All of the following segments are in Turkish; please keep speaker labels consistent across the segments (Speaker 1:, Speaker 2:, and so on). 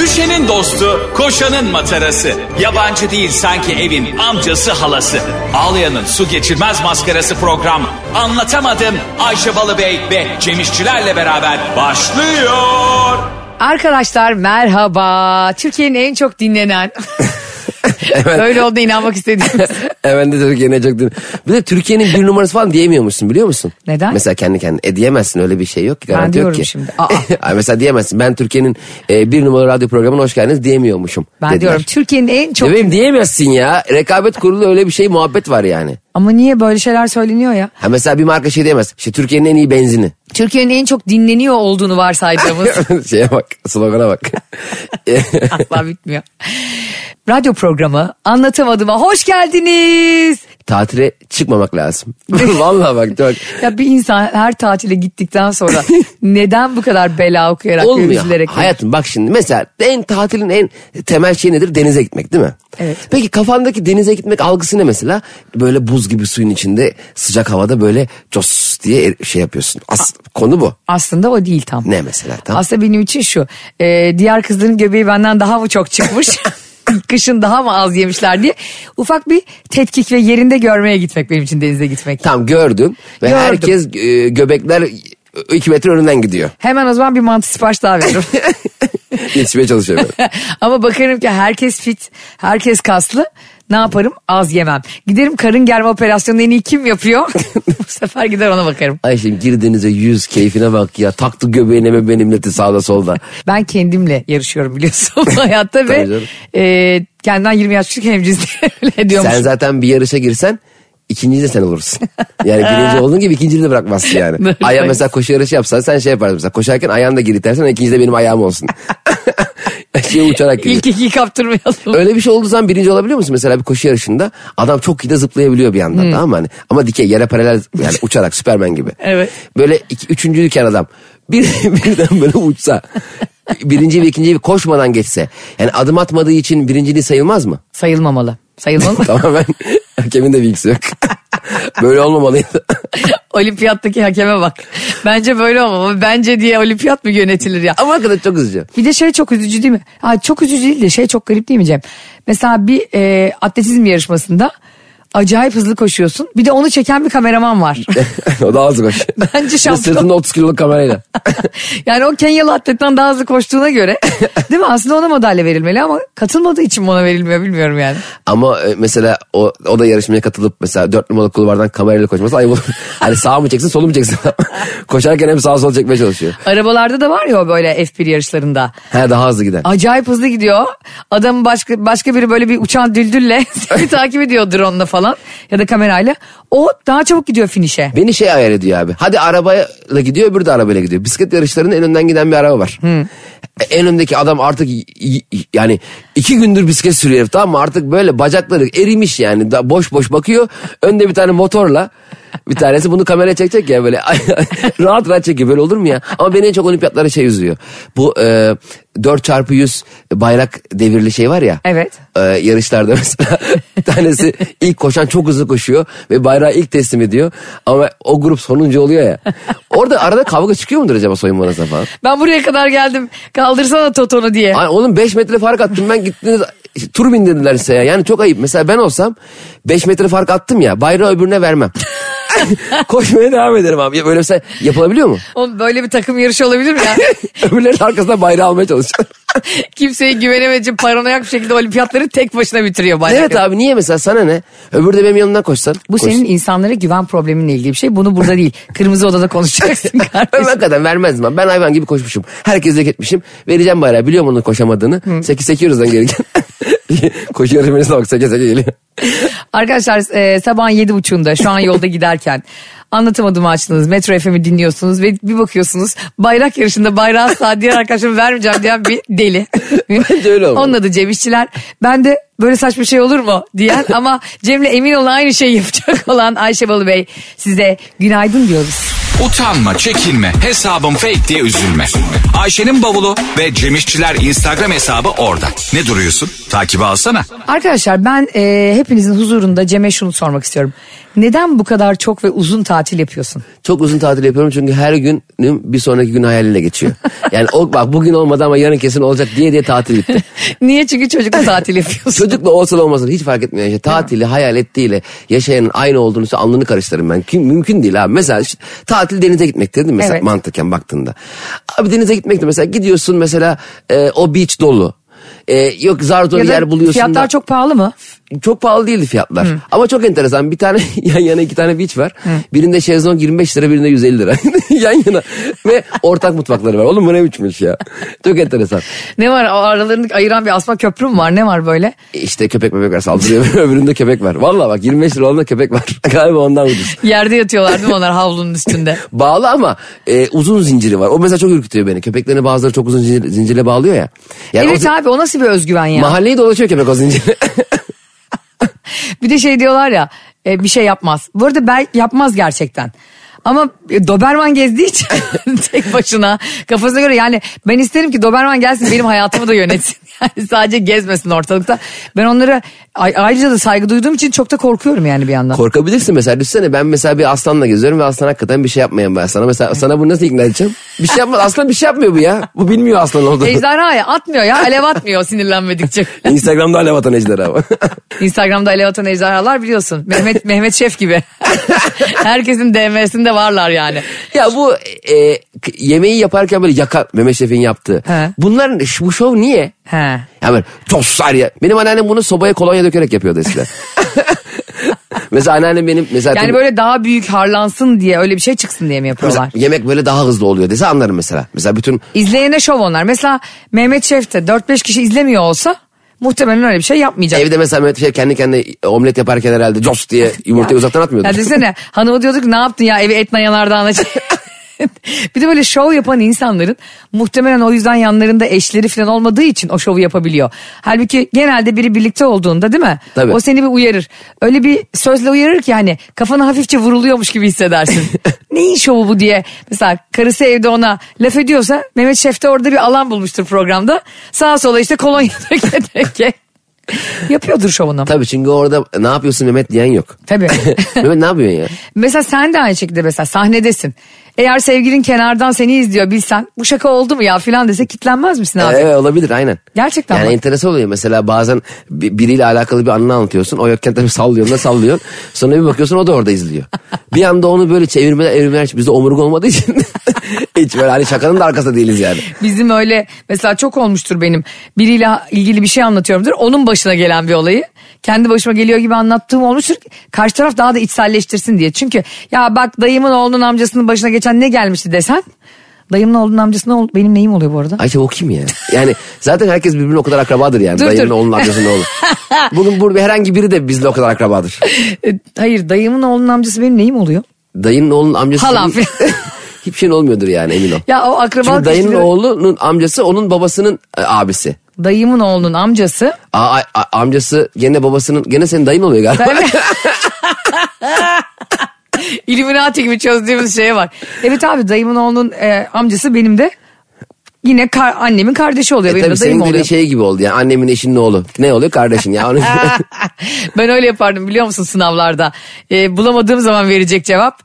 Speaker 1: Ayşe'nin dostu, koşanın matarası. Yabancı değil sanki evin amcası halası. Ağlayan'ın su geçirmez maskarası program. Anlatamadım Ayşe Balıbey ve Cemişçilerle beraber başlıyor.
Speaker 2: Arkadaşlar merhaba. Türkiye'nin en çok dinlenen. Öyle olduğuna inanmak istediğimiz.
Speaker 3: Hemen de Türkiye'nin çok din- Bir de Türkiye'nin bir numarası falan diyemiyormuşsun biliyor musun?
Speaker 2: Neden?
Speaker 3: Mesela kendi kendine. E diyemezsin öyle bir şey yok ki.
Speaker 2: Ben
Speaker 3: garanti yok
Speaker 2: diyorum
Speaker 3: ki.
Speaker 2: şimdi. Aa.
Speaker 3: Ay, Mesela diyemezsin. Ben Türkiye'nin e, bir numaralı radyo programına hoş geldiniz diyemiyormuşum.
Speaker 2: Ben
Speaker 3: dediler.
Speaker 2: diyorum Türkiye'nin en çok...
Speaker 3: Bebeğim diyemezsin ya. Rekabet kurulu öyle bir şey muhabbet var yani.
Speaker 2: Ama niye böyle şeyler söyleniyor ya?
Speaker 3: Ha mesela bir marka şey diyemez. İşte Türkiye'nin en iyi benzini.
Speaker 2: Türkiye'nin en çok dinleniyor olduğunu varsaydığımız
Speaker 3: Şeye bak, slogana bak. E,
Speaker 2: asla bitmiyor. Radyo programı anlatamadığıma hoş geldiniz.
Speaker 3: Tatile çıkmamak lazım. Vallahi bak çok.
Speaker 2: Ya bir insan her tatile gittikten sonra neden bu kadar bela okuyarak ve
Speaker 3: Olmuyor.
Speaker 2: üzülerek?
Speaker 3: Hayatım bak şimdi mesela en tatilin en temel şey nedir? Denize gitmek değil mi?
Speaker 2: Evet.
Speaker 3: Peki kafandaki denize gitmek algısı ne mesela? Böyle buz gibi suyun içinde sıcak havada böyle cos diye er- şey yapıyorsun. As- konu bu.
Speaker 2: Aslında o değil tam.
Speaker 3: Ne mesela? Tam?
Speaker 2: Aslında benim için şu. e, diğer kızların göbeği benden daha mı çok çıkmış? Kışın daha mı az yemişler diye. Ufak bir tetkik ve yerinde görmeye gitmek benim için denize gitmek.
Speaker 3: Tam gördüm ve
Speaker 2: Gördüm.
Speaker 3: herkes e, göbekler 2 metre önünden gidiyor.
Speaker 2: Hemen o zaman bir mantı sipariş daha veririm.
Speaker 3: Yetişmeye çalışıyor böyle.
Speaker 2: Ama bakarım ki herkes fit, herkes kaslı. Ne yaparım? Az yemem. Giderim karın germe operasyonunu en iyi kim yapıyor? Bu sefer gider ona bakarım.
Speaker 3: Ayşem gir denize yüz keyfine bak ya. Taktı göbeğine mi benimleti sağda solda.
Speaker 2: Ben kendimle yarışıyorum biliyorsun bu hayatta
Speaker 3: Tabii
Speaker 2: ve
Speaker 3: canım.
Speaker 2: e, kendimden 20 yaş küçük hemcinsle diyormuş.
Speaker 3: Sen zaten bir yarışa girsen ikinci de sen olursun. Yani birinci olduğun gibi ikinciyi de bırakmazsın yani.
Speaker 2: Doğru.
Speaker 3: Aya mesela koşu yarışı yapsan sen şey yaparsın mesela koşarken ayağını da gir itersen ikinci de benim ayağım olsun. şey uçarak gidiyor.
Speaker 2: İlk ikiyi kaptırmayalım.
Speaker 3: Öyle bir şey olduğu zaman birinci olabiliyor musun? Mesela bir koşu yarışında adam çok iyi de zıplayabiliyor bir
Speaker 2: Hmm.
Speaker 3: yandan tamam mı? Hani, ama dikey yere paralel yani uçarak süpermen gibi.
Speaker 2: Evet.
Speaker 3: Böyle iki, üçüncüyken adam bir, birden böyle uçsa birinci ve ikinciyi koşmadan geçse. Yani adım atmadığı için birinciliği sayılmaz mı?
Speaker 2: Sayılmamalı. Sayılmamalı.
Speaker 3: Tamamen hakemin de bilgisi yok. Böyle olmamalıydı.
Speaker 2: Olimpiyattaki hakeme bak. Bence böyle olmamalı. Bence diye olimpiyat mı yönetilir ya?
Speaker 3: Ama hakikaten çok üzücü.
Speaker 2: Bir de şey çok üzücü değil mi? Ha, çok üzücü değil de şey çok garip değil mi Cem? Mesela bir e, atletizm yarışmasında acayip hızlı koşuyorsun. Bir de onu çeken bir kameraman var.
Speaker 3: o da ağzı koş.
Speaker 2: Bence
Speaker 3: Bir de
Speaker 2: şampiyon.
Speaker 3: Sırtında 30 kiloluk kamerayla.
Speaker 2: yani o Kenyalı atletten daha hızlı koştuğuna göre değil mi? Aslında ona madalya verilmeli ama katılmadığı için mi ona verilmiyor bilmiyorum yani.
Speaker 3: Ama e, mesela o, o da yarışmaya katılıp mesela 4 numaralı kulvardan kamerayla koşması ayıp olur. hani sağ mı çeksin sol mu çeksin? Koşarken hem sağ sol çekmeye çalışıyor.
Speaker 2: Arabalarda da var ya o böyle F1 yarışlarında.
Speaker 3: He daha hızlı giden.
Speaker 2: Acayip hızlı gidiyor. Adam başka başka biri böyle bir uçan düldülle seni takip ediyor drone'la falan ya da kamerayla. O daha çabuk gidiyor finişe.
Speaker 3: Beni şey hayal ediyor abi. Hadi arabayla gidiyor öbürü de arabayla gidiyor. Bisiklet yarışlarının en önden giden bir araba var. E, En öndeki adam artık y- y- yani iki gündür bisiklet sürüyor herif, tamam mı? Artık böyle bacakları erimiş yani da boş boş bakıyor. Önde bir tane motorla bir tanesi bunu kameraya çekecek ya böyle rahat rahat çekiyor böyle olur mu ya? Ama beni en çok olimpiyatlara şey üzüyor. Bu e, 4x100 bayrak devirli şey var ya.
Speaker 2: Evet.
Speaker 3: Ee, yarışlarda mesela bir tanesi ilk koşan çok hızlı koşuyor ve bayrağı ilk teslim ediyor ama o grup sonuncu oluyor ya. Orada arada kavga çıkıyor mudur acaba soyunma arasında falan?
Speaker 2: Ben buraya kadar geldim kaldırsana Toton'u diye.
Speaker 3: Ay, oğlum 5 metre fark attım ben gittiniz tur bindirdiler size ya. Yani çok ayıp. Mesela ben olsam 5 metre fark attım ya bayrağı öbürüne vermem. Koşmaya devam ederim abi. Ya Böyle mesela yapılabiliyor mu?
Speaker 2: Oğlum böyle bir takım yarışı olabilir mi ya?
Speaker 3: Öbürlerin arkasından bayrağı almaya çalışıyor.
Speaker 2: Kimseye güvenemeyince paranoyak bir şekilde olimpiyatları tek başına bitiriyor bayrak.
Speaker 3: evet abi niye mesela sana ne? Öbürü de benim yanımdan koşsan.
Speaker 2: Bu
Speaker 3: Koşsun.
Speaker 2: senin insanlara güven probleminle ilgili bir şey. Bunu burada değil. Kırmızı odada konuşacaksın
Speaker 3: Ben
Speaker 2: kardeşim.
Speaker 3: hakikaten vermezdim abi. Ben hayvan gibi koşmuşum. Herkese etmişim. Vereceğim bayrağı. Biliyorum onun koşamadığını. Seki sekiyoruz lan gereken. Koşu yarışmasına bak seke seke geliyor.
Speaker 2: Arkadaşlar e, sabahın yedi buçuğunda şu an yolda giderken anlatamadığımı açtınız. Metro FM'i dinliyorsunuz ve bir bakıyorsunuz bayrak yarışında bayrağı asla diğer arkadaşım vermeyeceğim diyen bir deli.
Speaker 3: Bence öyle olmalı.
Speaker 2: Onun adı Cem İşçiler. Ben de böyle saçma şey olur mu diyen ama Cem'le emin olan aynı şeyi yapacak olan Ayşe Balıbey size günaydın diyoruz.
Speaker 1: Utanma, çekinme, hesabım fake diye üzülme. Ayşe'nin bavulu ve Cemişçiler Instagram hesabı orada. Ne duruyorsun? Takibi alsana.
Speaker 2: Arkadaşlar ben e, hepinizin huzurunda Cem'e şunu sormak istiyorum. Neden bu kadar çok ve uzun tatil yapıyorsun?
Speaker 3: Çok uzun tatil yapıyorum çünkü her günüm bir sonraki gün hayaline geçiyor. Yani o, bak bugün olmadı ama yarın kesin olacak diye diye tatil bitti.
Speaker 2: Niye? Çünkü çocukla tatil yapıyorsun.
Speaker 3: Çocukla olsa da olmasa da hiç fark etmiyor. İşte tatili hayal ettiğiyle yaşayanın aynı olduğunu ise alnını karıştırırım ben. Kim, mümkün değil abi. Mesela işte tatil denize gitmek dedim mesela
Speaker 2: Evet.
Speaker 3: mantıken baktığında. Abi denize gitmek de mesela gidiyorsun mesela e, o beach dolu. E, yok zar zor
Speaker 2: Ya da
Speaker 3: yer buluyorsun
Speaker 2: Fiyatlar
Speaker 3: da-
Speaker 2: çok pahalı mı?
Speaker 3: çok pahalı değildi fiyatlar. Ama çok enteresan. Bir tane yan yana iki tane beach var. Birinde şezlong 25 lira birinde 150 lira. yan yana. Ve ortak mutfakları var. Oğlum bu ne biçmiş ya. Çok enteresan.
Speaker 2: Ne var o aralarını ayıran bir asma köprü mü var? Ne var böyle?
Speaker 3: İşte köpek bebek var saldırıyor. Öbüründe köpek var. Vallahi bak 25 lira olanında köpek var. Galiba ondan ucuz.
Speaker 2: Yerde yatıyorlar değil mi onlar havlunun üstünde?
Speaker 3: Bağlı ama e, uzun zinciri var. O mesela çok ürkütüyor beni. Köpeklerini bazıları çok uzun zincir, zincirle bağlıyor ya. Yani o
Speaker 2: evet
Speaker 3: zi-
Speaker 2: abi o nasıl bir özgüven ya?
Speaker 3: Mahalleyi dolaşıyor köpek o zincirle.
Speaker 2: Bir de şey diyorlar ya e, bir şey yapmaz. Bu arada belki yapmaz gerçekten. Ama e, Doberman gezdiği için tek başına kafasına göre yani ben isterim ki Doberman gelsin benim hayatımı da yönetsin. Yani sadece gezmesin ortalıkta. Ben onlara ay- ayrıca da saygı duyduğum için çok da korkuyorum yani bir yandan.
Speaker 3: Korkabilirsin mesela. Düşsene ben mesela bir aslanla geziyorum ve aslan hakikaten bir şey yapmayan bir aslan. Mesela sana bunu nasıl ikna edeceğim? Bir şey yapmaz. Aslan bir şey yapmıyor bu ya. Bu bilmiyor aslan olduğunu.
Speaker 2: Ejderha ya atmıyor ya alev atmıyor sinirlenmedikçe.
Speaker 3: Instagram'da alev atan ejderha var.
Speaker 2: Instagram'da alev atan ejderhalar biliyorsun. Mehmet Mehmet Şef gibi. Herkesin DM'sinde varlar yani.
Speaker 3: ya bu e, k- yemeği yaparken böyle yakan Mehmet Şef'in yaptığı.
Speaker 2: He.
Speaker 3: Bunların bu şov niye?
Speaker 2: He.
Speaker 3: Ya böyle tosar ya. Benim anneannem bunu sobaya kolonya dökerek yapıyordu eskiden. mesela anneannem benim mesela
Speaker 2: Yani böyle daha büyük harlansın diye öyle bir şey çıksın diye mi
Speaker 3: mesela
Speaker 2: yapıyorlar?
Speaker 3: yemek böyle daha hızlı oluyor dese anlarım mesela. Mesela bütün
Speaker 2: İzleyene şov onlar. Mesela Mehmet Şef de 4-5 kişi izlemiyor olsa muhtemelen öyle bir şey yapmayacak.
Speaker 3: evde mesela Mehmet Şef kendi kendine omlet yaparken herhalde cos diye yumurtayı uzaktan atmıyordu.
Speaker 2: Ya desene hanıma diyorduk ne yaptın ya evi Etna Yanardağ'ına çek- bir de böyle şov yapan insanların muhtemelen o yüzden yanlarında eşleri falan olmadığı için o şovu yapabiliyor. Halbuki genelde biri birlikte olduğunda değil mi?
Speaker 3: Tabii.
Speaker 2: O seni bir uyarır. Öyle bir sözle uyarır ki hani kafana hafifçe vuruluyormuş gibi hissedersin. Neyin şovu bu diye. Mesela karısı evde ona laf ediyorsa Mehmet Şef de orada bir alan bulmuştur programda. Sağa sola işte kolonya döke döke. Yapıyordur şovunu.
Speaker 3: Tabii çünkü orada ne yapıyorsun Mehmet diyen yok.
Speaker 2: Tabii.
Speaker 3: Mehmet ne yapıyorsun ya?
Speaker 2: Mesela sen de aynı şekilde mesela sahnedesin. Eğer sevgilin kenardan seni izliyor bilsen bu şaka oldu mu ya filan dese kitlenmez misin abi?
Speaker 3: Evet olabilir aynen.
Speaker 2: Gerçekten
Speaker 3: Yani
Speaker 2: bak.
Speaker 3: enteresan oluyor mesela bazen bi- biriyle alakalı bir anını anlatıyorsun. O yokken tabii sallıyorsun da sallıyorsun. Sonra bir bakıyorsun o da orada izliyor. bir anda onu böyle çevirmeler çevirmeler hiç bizde omurga olmadığı için. hiç böyle hani şakanın da arkasında değiliz yani.
Speaker 2: Bizim öyle mesela çok olmuştur benim biriyle ilgili bir şey anlatıyorumdur onun başına gelen bir olayı. Kendi başıma geliyor gibi anlattığım olmuştur. Karşı taraf daha da içselleştirsin diye. Çünkü ya bak dayımın oğlunun amcasının başına geçen ne gelmişti desen. Dayımın oğlunun amcasının oğlu- benim neyim oluyor bu arada?
Speaker 3: Ayşe o kim ya? Yani zaten herkes birbirine o kadar akrabadır yani.
Speaker 2: Dur,
Speaker 3: Dayının
Speaker 2: dur.
Speaker 3: oğlunun amcasının oğlu. Bugün burada herhangi biri de bizle o kadar akrabadır.
Speaker 2: E, Hayır dayımın oğlunun amcası benim neyim oluyor?
Speaker 3: Dayının oğlunun amcası...
Speaker 2: Halam filan.
Speaker 3: Hiçbir şeyin olmuyordur yani emin ol.
Speaker 2: Ya o
Speaker 3: Çünkü
Speaker 2: akrabalık
Speaker 3: dayının
Speaker 2: ilişkileri-
Speaker 3: oğlunun amcası onun babasının e, abisi.
Speaker 2: Dayımın oğlunun amcası
Speaker 3: Aa, a- a- amcası gene babasının gene senin dayın oluyor galiba. E,
Speaker 2: İlluminati gibi çözdüğümüz şeye bak. Evet abi dayımın oğlunun e, amcası benim de yine kar- annemin kardeşi oluyor. benim
Speaker 3: E, Tabii
Speaker 2: de dayım
Speaker 3: senin de
Speaker 2: oluyor.
Speaker 3: şey gibi oldu yani annemin eşinin oğlu. Ne oluyor kardeşin ya? Onun-
Speaker 2: ben öyle yapardım biliyor musun sınavlarda. E, bulamadığım zaman verecek cevap.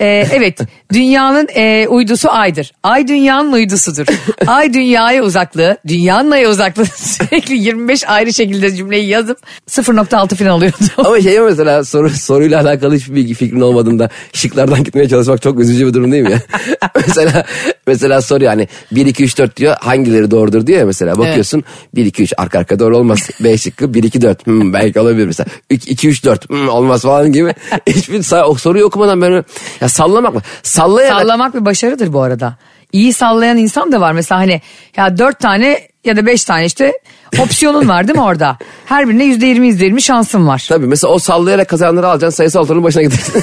Speaker 2: E, evet dünyanın e, uydusu aydır. Ay dünyanın uydusudur. Ay dünyaya uzaklığı, dünyanın aya uzaklığı sürekli 25 ayrı şekilde cümleyi yazıp 0.6 falan oluyordu.
Speaker 3: Ama şey mesela soru, soruyla alakalı hiçbir bilgi fikrin olmadığında şıklardan gitmeye çalışmak çok üzücü bir durum değil mi ya? mesela mesela soruyor hani 1 2 3 4 diyor hangileri doğrudur diyor ya mesela bakıyorsun 1 2 3 arka arka doğru olmaz. B şıkkı 1 2 4 hmm, belki olabilir mesela 2 3 4 hmm, olmaz falan gibi. Hiçbir sa- o soruyu okumadan böyle ya sallamak mı? Sallayarak
Speaker 2: Sallamak bir başarıdır bu arada. İyi sallayan insan da var. Mesela hani ya dört tane ya da beş tane işte opsiyonun var değil mi orada? Her birine yüzde yirmi yüzde yirmi şansın var.
Speaker 3: Tabii mesela o sallayarak kazananları alacaksın sayısal oranın başına gidersin.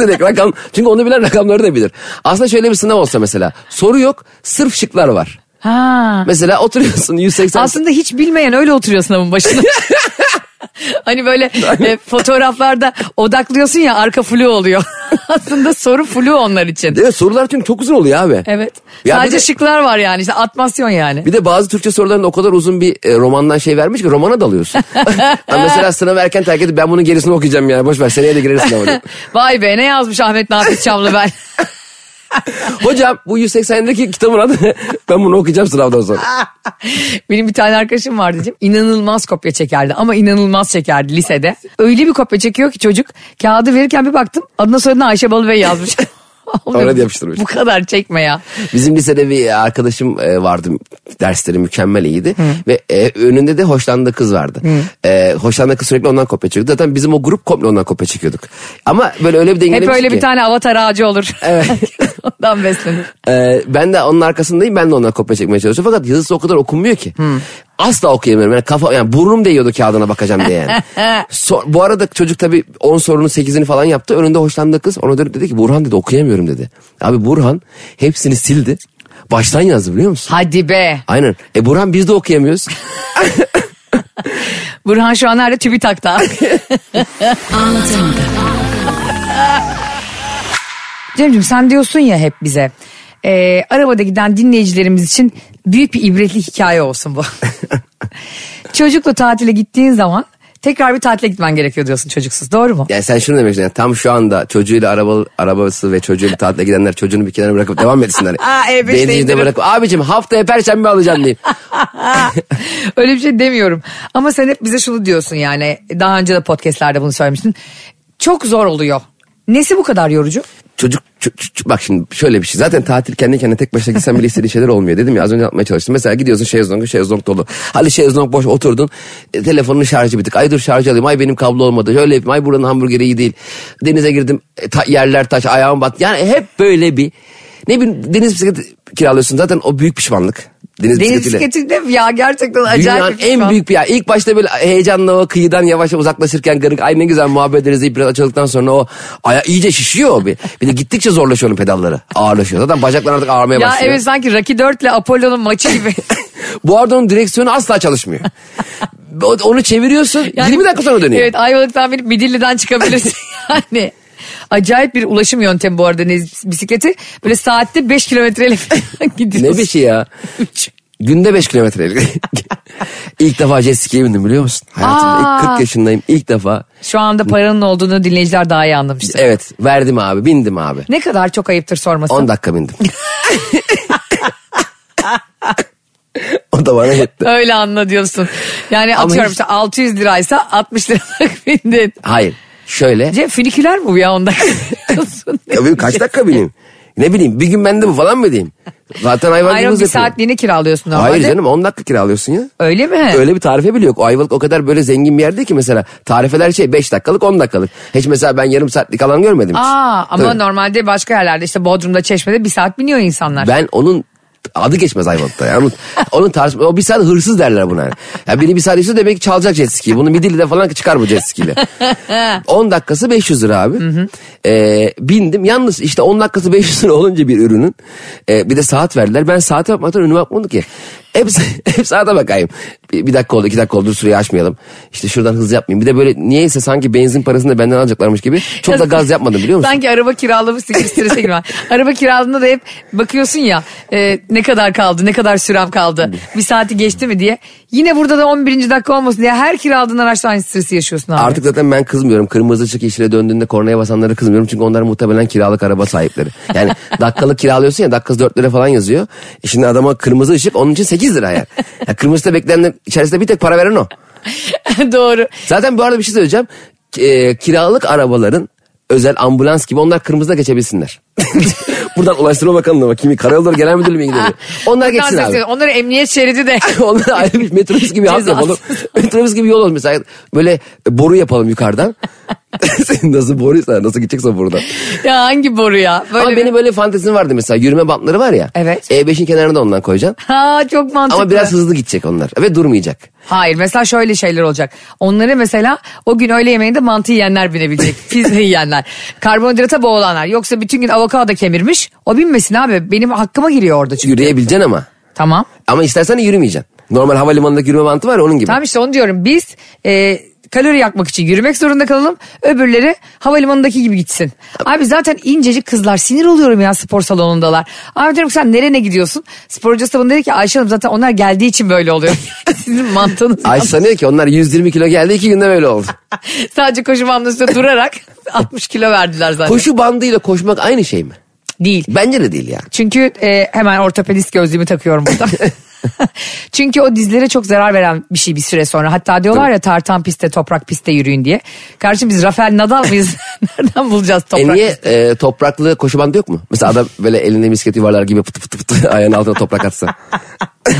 Speaker 3: Direkt rakam. Çünkü onu bilen rakamları da bilir. Aslında şöyle bir sınav olsa mesela. Soru yok sırf şıklar var.
Speaker 2: Ha.
Speaker 3: Mesela oturuyorsun 180.
Speaker 2: Aslında hiç bilmeyen öyle oturuyor sınavın başında. hani böyle e, fotoğraflarda odaklıyorsun ya arka flu oluyor. Aslında soru flu onlar için.
Speaker 3: Değil mi? Sorular çünkü çok uzun oluyor abi.
Speaker 2: Evet.
Speaker 3: Ya bir
Speaker 2: Sadece
Speaker 3: de-
Speaker 2: şıklar var yani işte atmasyon yani.
Speaker 3: Bir de bazı Türkçe soruların o kadar uzun bir e, romandan şey vermiş ki romana dalıyorsun. Yani mesela sınavı erken terk edip ben bunun gerisini okuyacağım yani. Boş ver seneye de gireriz sınava. diyor.
Speaker 2: Vay be ne yazmış Ahmet Nafiz Çamlı ben.
Speaker 3: Hocam bu 180'deki kitabın adı ne? ben bunu okuyacağım sınavdan sonra.
Speaker 2: Benim bir tane arkadaşım vardı diyeceğim. İnanılmaz kopya çekerdi ama inanılmaz çekerdi lisede. Öyle bir kopya çekiyor ki çocuk kağıdı verirken bir baktım adına soyadına Ayşe Balıbey yazmış. Oğlum,
Speaker 3: Orada yapıştırmış.
Speaker 2: Bu kadar çekme ya.
Speaker 3: Bizim lisede bir arkadaşım e, vardı. Dersleri mükemmel iyiydi. Ve e, önünde de hoşlandığı kız vardı. E, hoşlandığı kız sürekli ondan kopya çekiyordu. Zaten bizim o grup komple ondan kopya çekiyorduk. Ama böyle öyle bir
Speaker 2: Hep
Speaker 3: dengelemiş
Speaker 2: öyle
Speaker 3: ki.
Speaker 2: bir tane avatar ağacı olur.
Speaker 3: Evet.
Speaker 2: Ondan beslenir.
Speaker 3: Ee, ben de onun arkasındayım. Ben de ondan kopya çekmeye çalışıyorum. Fakat yazısı o kadar okunmuyor ki. Asla okuyamıyorum. Yani kafa yani burnum değiyordu kağıdına bakacağım diye yani. So- bu arada çocuk tabii 10 sorunun 8'ini falan yaptı. Önünde hoşlandığı kız ona dönüp dedi ki Burhan dedi okuyamıyorum dedi. Abi Burhan hepsini sildi. Baştan yazdı biliyor musun?
Speaker 2: Hadi be.
Speaker 3: Aynen. E Burhan biz de okuyamıyoruz.
Speaker 2: Burhan şu an nerede? TÜBİTAK'ta. Cem'ciğim sen diyorsun ya hep bize. e, arabada giden dinleyicilerimiz için büyük bir ibretli hikaye olsun bu. Çocukla tatile gittiğin zaman tekrar bir tatile gitmen gerekiyor diyorsun çocuksuz doğru mu?
Speaker 3: Yani sen şunu demek istiyorsun. Yani tam şu anda çocuğuyla araba, arabası ve çocuğuyla tatile gidenler çocuğunu bir kenara bırakıp devam etsinler.
Speaker 2: Aa, E5'te
Speaker 3: Benzinci de
Speaker 2: indirim.
Speaker 3: bırakıp abicim haftaya perşembe alacağım diyeyim.
Speaker 2: Öyle bir şey demiyorum. Ama sen hep bize şunu diyorsun yani daha önce de podcastlerde bunu söylemiştin. Çok zor oluyor. Nesi bu kadar yorucu?
Speaker 3: çocuk ç- ç- ç- bak şimdi şöyle bir şey zaten tatil kendi kendine tek başına gitsen bile istediği şeyler olmuyor dedim ya az önce yapmaya çalıştım mesela gidiyorsun şezlonga şezlong dolu hadi şezlong boş oturdun e, telefonun şarjı bitik ay dur şarj alayım ay benim kablo olmadı şöyle yapayım ay buranın hamburgeri iyi değil denize girdim e, ta- yerler taş ayağım bat yani hep böyle bir ne bileyim deniz bisikleti kiralıyorsun zaten o büyük pişmanlık deniz,
Speaker 2: Deniz
Speaker 3: bisikletiyle.
Speaker 2: bisikletinde ya gerçekten acayip
Speaker 3: Dünyanın
Speaker 2: bir şey
Speaker 3: en
Speaker 2: pişman.
Speaker 3: büyük bir yer. İlk başta böyle heyecanla o kıyıdan yavaş yavaş uzaklaşırken garip ay ne güzel muhabbet ederiz deyip biraz açıldıktan sonra o aya iyice şişiyor o bir. Bir de gittikçe zorlaşıyor onun pedalları. Ağırlaşıyor. Zaten bacaklar artık ağrımaya
Speaker 2: Ya
Speaker 3: başlıyor.
Speaker 2: evet sanki Rocky 4 ile Apollo'nun maçı gibi.
Speaker 3: Bu arada onun direksiyonu asla çalışmıyor. O- onu çeviriyorsun
Speaker 2: Yani-
Speaker 3: 20 dakika sonra dönüyor.
Speaker 2: Evet Ayvalık'tan binip Midilli'den çıkabilirsin yani. Acayip bir ulaşım yöntemi bu arada deniz bisikleti. Böyle saatte 5 kilometreyle falan gidiyorsun.
Speaker 3: Ne bir şey ya. Günde 5 kilometre. ilk defa jet ski'ye bindim biliyor musun? Hayatımda
Speaker 2: Aa.
Speaker 3: ilk 40 yaşındayım ilk defa.
Speaker 2: Şu anda paranın olduğunu dinleyiciler daha iyi anlamıştır.
Speaker 3: Evet verdim abi bindim abi.
Speaker 2: Ne kadar çok ayıptır sorması.
Speaker 3: 10 dakika bindim. o da bana yetti.
Speaker 2: Öyle anla diyorsun. Yani
Speaker 3: Ama
Speaker 2: atıyorum
Speaker 3: hiç-
Speaker 2: işte 600 liraysa 60 liralık bindin.
Speaker 3: Hayır. Şöyle.
Speaker 2: Cem finiküler mi bu ya 10 dakika?
Speaker 3: Ya benim kaç dakika bineyim? Ne bileyim bir gün bende bu falan mı diyeyim? Zaten hayvan gibi
Speaker 2: Hayır
Speaker 3: hız
Speaker 2: bir
Speaker 3: yapıyor.
Speaker 2: saatliğini kiralıyorsun normalde.
Speaker 3: Hayır canım 10 dakika kiralıyorsun ya.
Speaker 2: Öyle mi?
Speaker 3: Öyle bir tarife bile yok. O Ayvalık o kadar böyle zengin bir yerde ki mesela. Tarifeler şey 5 dakikalık 10 dakikalık. Hiç mesela ben yarım saatlik alan görmedim hiç.
Speaker 2: Aa, ama
Speaker 3: Tabii.
Speaker 2: normalde başka yerlerde işte Bodrum'da Çeşme'de bir saat biniyor insanlar.
Speaker 3: Ben onun adı geçmez Ayvalık'ta. Yani onun, onun tarz, o bir saat hırsız derler buna. Yani. Ya biri bir saat hırsız demek ki çalacak jet ski'yi. Bunu Midilli'de falan çıkar bu jet ski'yle. 10 dakikası 500 lira abi. Ee, bindim. Yalnız işte 10 dakikası 500 lira olunca bir ürünün e, bir de saat verdiler. Ben saate bakmadan önüme bakmadım ki. Hep, hep saate bakayım. Bir, bir dakika oldu, iki dakika oldu. Dur süreyi açmayalım. İşte şuradan hız yapmayayım. Bir de böyle niyeyse sanki benzin parasını da benden alacaklarmış gibi. Çok da gaz yapmadım biliyor musun?
Speaker 2: Sanki araba kiralamışsın gibi strese girme. araba kiraladığında da hep bakıyorsun ya e, ne kadar kaldı ne kadar sürem kaldı bir saati geçti mi diye. Yine burada da 11. dakika olmasın diye her kiraladığın araçta aynı stresi yaşıyorsun abi.
Speaker 3: Artık zaten ben kızmıyorum. Kırmızı ışık yeşile döndüğünde kornaya basanlara kızmıyorum. Çünkü onlar muhtemelen kiralık araba sahipleri. Yani dakikalık kiralıyorsun ya dakikası 4 lira falan yazıyor. E şimdi adama kırmızı ışık onun için 8 lira yani. Ya kırmızıda beklenenler içerisinde bir tek para veren o.
Speaker 2: Doğru.
Speaker 3: Zaten bu arada bir şey söyleyeceğim. E, kiralık arabaların özel ambulans gibi onlar kırmızıda geçebilsinler. Buradan Ulaştırma Bakanlığı'na kimi karayolları genel müdürlüğüne gidelim. Onlar geçsin
Speaker 2: Dans
Speaker 3: abi.
Speaker 2: ediyor. Onları emniyet şeridi de.
Speaker 3: Onlara ayrı bir metrobüs gibi hat
Speaker 2: Cezası.
Speaker 3: yapalım. metrobüs gibi yol olsun mesela. Böyle boru yapalım yukarıdan. Senin nasıl boruysa nasıl gideceksen buradan.
Speaker 2: ya hangi boru ya? Böyle
Speaker 3: Ama
Speaker 2: bir-
Speaker 3: benim böyle fantezim vardı mesela. Yürüme bantları var ya.
Speaker 2: Evet.
Speaker 3: E5'in kenarında ondan koyacaksın.
Speaker 2: Ha çok mantıklı.
Speaker 3: Ama biraz hızlı gidecek onlar. Ve durmayacak.
Speaker 2: Hayır mesela şöyle şeyler olacak. Onları mesela o gün öğle yemeğinde mantı yiyenler binebilecek. Pizza yiyenler. Karbonhidrata boğulanlar. Yoksa bütün gün avokado kemirmiş. O binmesin abi. Benim hakkıma giriyor orada çünkü.
Speaker 3: Yürüyebileceksin ama.
Speaker 2: Tamam.
Speaker 3: Ama istersen de yürümeyeceksin. Normal havalimanındaki yürüme bantı var ya onun gibi.
Speaker 2: Tamam işte onu diyorum. Biz e, kalori yakmak için yürümek zorunda kalalım. Öbürleri havalimanındaki gibi gitsin. Abi zaten incecik kızlar sinir oluyorum ya spor salonundalar. Abi diyorum ki sen nereye gidiyorsun? Spor hocası da bana dedi ki Ayşe Hanım zaten onlar geldiği için böyle oluyor. Sizin mantığınız
Speaker 3: Ayşe sanıyor ki onlar 120 kilo geldi iki günde böyle oldu.
Speaker 2: sadece koşu bandının üstüne durarak 60 kilo verdiler zaten.
Speaker 3: Koşu bandıyla koşmak aynı şey mi?
Speaker 2: Değil.
Speaker 3: Bence de değil ya.
Speaker 2: Çünkü e, hemen ortopedist gözlüğümü takıyorum burada. Çünkü o dizlere çok zarar veren bir şey bir süre sonra. Hatta diyorlar ya tartan pistte toprak pistte yürüyün diye. Kardeşim biz Rafael Nadal mıyız? Nereden bulacağız toprak?
Speaker 3: e niye e, topraklı koşu bandı yok mu? Mesela adam böyle elinde misket yuvarlar gibi pıtı pıtı pıtı ayağının altına toprak atsa.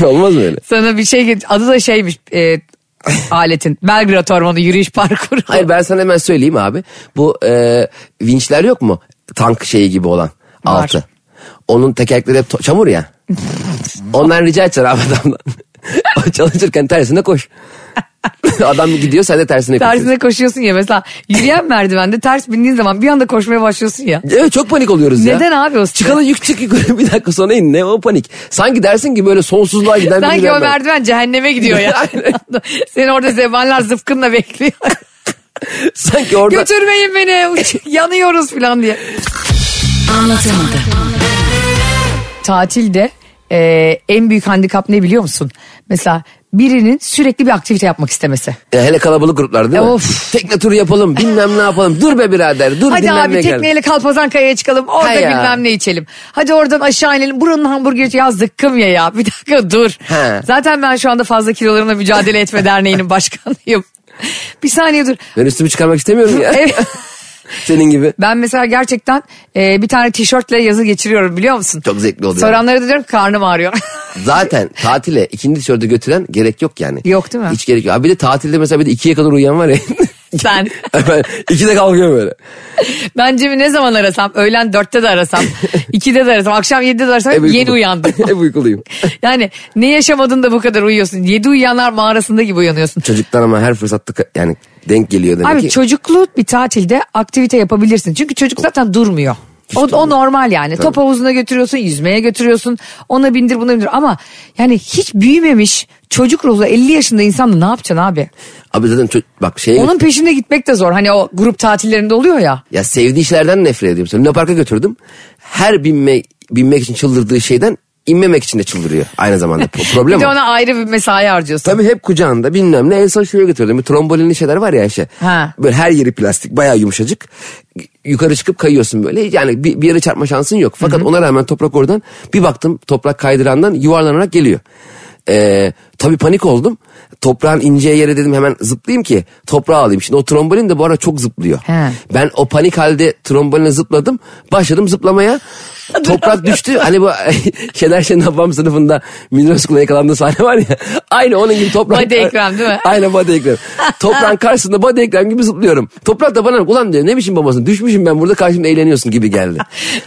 Speaker 3: Olmaz mı öyle?
Speaker 2: Sana bir şey adı da şeymiş e, aletin. Belgrad Ormanı yürüyüş parkuru.
Speaker 3: Hayır ben sana hemen söyleyeyim abi. Bu e, vinçler yok mu? Tank şeyi gibi olan
Speaker 2: Var.
Speaker 3: altı. Onun tekerlekleri hep to- çamur ya. Ondan rica edeceksin abi adamdan. O çalışırken tersine koş. Adam gidiyor sen de tersine koşuyorsun.
Speaker 2: Tersine koşuyorsun ya mesela yürüyen merdivende ters bindiğin zaman bir anda koşmaya başlıyorsun ya.
Speaker 3: Evet çok panik oluyoruz ya.
Speaker 2: Neden abi o stres?
Speaker 3: Çıkalım yük çık yukarı bir dakika sonra in. Ne o panik. Sanki dersin ki böyle sonsuzluğa giden bir
Speaker 2: Sanki o
Speaker 3: yürüyen ben.
Speaker 2: merdiven cehenneme gidiyor ya. Seni orada zebanlar zıpkınla bekliyor.
Speaker 3: Sanki orada
Speaker 2: Götürmeyin beni uç- yanıyoruz falan diye. Tatilde e, en büyük handikap ne biliyor musun? Mesela birinin sürekli bir aktivite yapmak istemesi.
Speaker 3: Ya E, hele kalabalık gruplar değil mi?
Speaker 2: Of.
Speaker 3: Tekne turu yapalım bilmem ne yapalım. Dur be birader dur
Speaker 2: Hadi
Speaker 3: dinlenmeye
Speaker 2: abi
Speaker 3: gel.
Speaker 2: tekneyle Kalpazan Kaya'ya çıkalım orada
Speaker 3: Hay ya.
Speaker 2: bilmem ne içelim. Hadi oradan aşağı inelim buranın hamburgeri ya zıkkım ye ya bir dakika dur.
Speaker 3: He.
Speaker 2: Zaten ben şu anda fazla kilolarımla mücadele etme derneğinin başkanıyım. bir saniye dur.
Speaker 3: Ben üstümü çıkarmak istemiyorum ya.
Speaker 2: Evet.
Speaker 3: Senin gibi.
Speaker 2: Ben mesela gerçekten e, bir tane tişörtle yazı geçiriyorum biliyor musun?
Speaker 3: Çok zevkli oluyor.
Speaker 2: Soranlara da diyorum ki karnım ağrıyor.
Speaker 3: Zaten tatile ikinci tişörtü götüren gerek yok yani.
Speaker 2: Yok değil mi?
Speaker 3: Hiç gerek yok. Abi bir de tatilde mesela bir de ikiye kadar uyuyan var ya.
Speaker 2: Sen.
Speaker 3: ben ikide kalkıyorum böyle.
Speaker 2: Ben Cem'i ne zaman arasam, öğlen dörtte de arasam, ikide de arasam, akşam yedide de arasam
Speaker 3: Hep
Speaker 2: hep
Speaker 3: uykulu-
Speaker 2: yeni uyandım.
Speaker 3: Hep uykuluyum.
Speaker 2: yani ne yaşamadın da bu kadar uyuyorsun? Yedi uyuyanlar mağarasında gibi uyanıyorsun.
Speaker 3: Çocuktan ama her fırsatta ka- yani denk geliyor demek
Speaker 2: Abi
Speaker 3: ki.
Speaker 2: çocuklu bir tatilde aktivite yapabilirsin. Çünkü çocuk zaten durmuyor. O, o normal yani. Top havuzuna götürüyorsun, yüzmeye götürüyorsun. Ona bindir buna bindir. Ama yani hiç büyümemiş çocuk ruhlu 50 yaşında insanla ne yapacaksın abi?
Speaker 3: Abi zaten ço- bak şey
Speaker 2: Onun peşinde gitmek de zor. Hani o grup tatillerinde oluyor ya.
Speaker 3: ya sevdiği işlerden nefret ediyorum. Sonra Luna Park'a götürdüm. Her binme, binmek için çıldırdığı şeyden inmemek için de çıldırıyor aynı zamanda. Pro- Problem
Speaker 2: Bir de
Speaker 3: o.
Speaker 2: ona ayrı bir mesai harcıyorsun.
Speaker 3: Tabii hep kucağında bilmem ne en son şuraya götürdüm. Bir trombolinli şeyler var ya Ayşe.
Speaker 2: Ha.
Speaker 3: Böyle her yeri plastik bayağı yumuşacık. Y- Yukarı çıkıp kayıyorsun böyle. Yani bir, bir yere çarpma şansın yok. Fakat ona rağmen toprak oradan bir baktım toprak kaydırandan yuvarlanarak geliyor. Ee, tabii panik oldum. Toprağın ineceği yere dedim hemen zıplayayım ki toprağı alayım. Şimdi o trombolin de bu ara çok zıplıyor.
Speaker 2: He.
Speaker 3: Ben o panik halde tromboline zıpladım. Başladım zıplamaya. Toprak düştü. Hani bu Şener Şen'in babam sınıfında Münir Özkul'a yakalandığı sahne var ya. Aynı onun gibi toprak.
Speaker 2: Body Ekrem değil mi?
Speaker 3: Aynen body ekrem. Toprağın karşısında body ekrem gibi zıplıyorum. Toprak da bana ulan diyor ne biçim babasın düşmüşüm ben burada karşımda eğleniyorsun gibi geldi.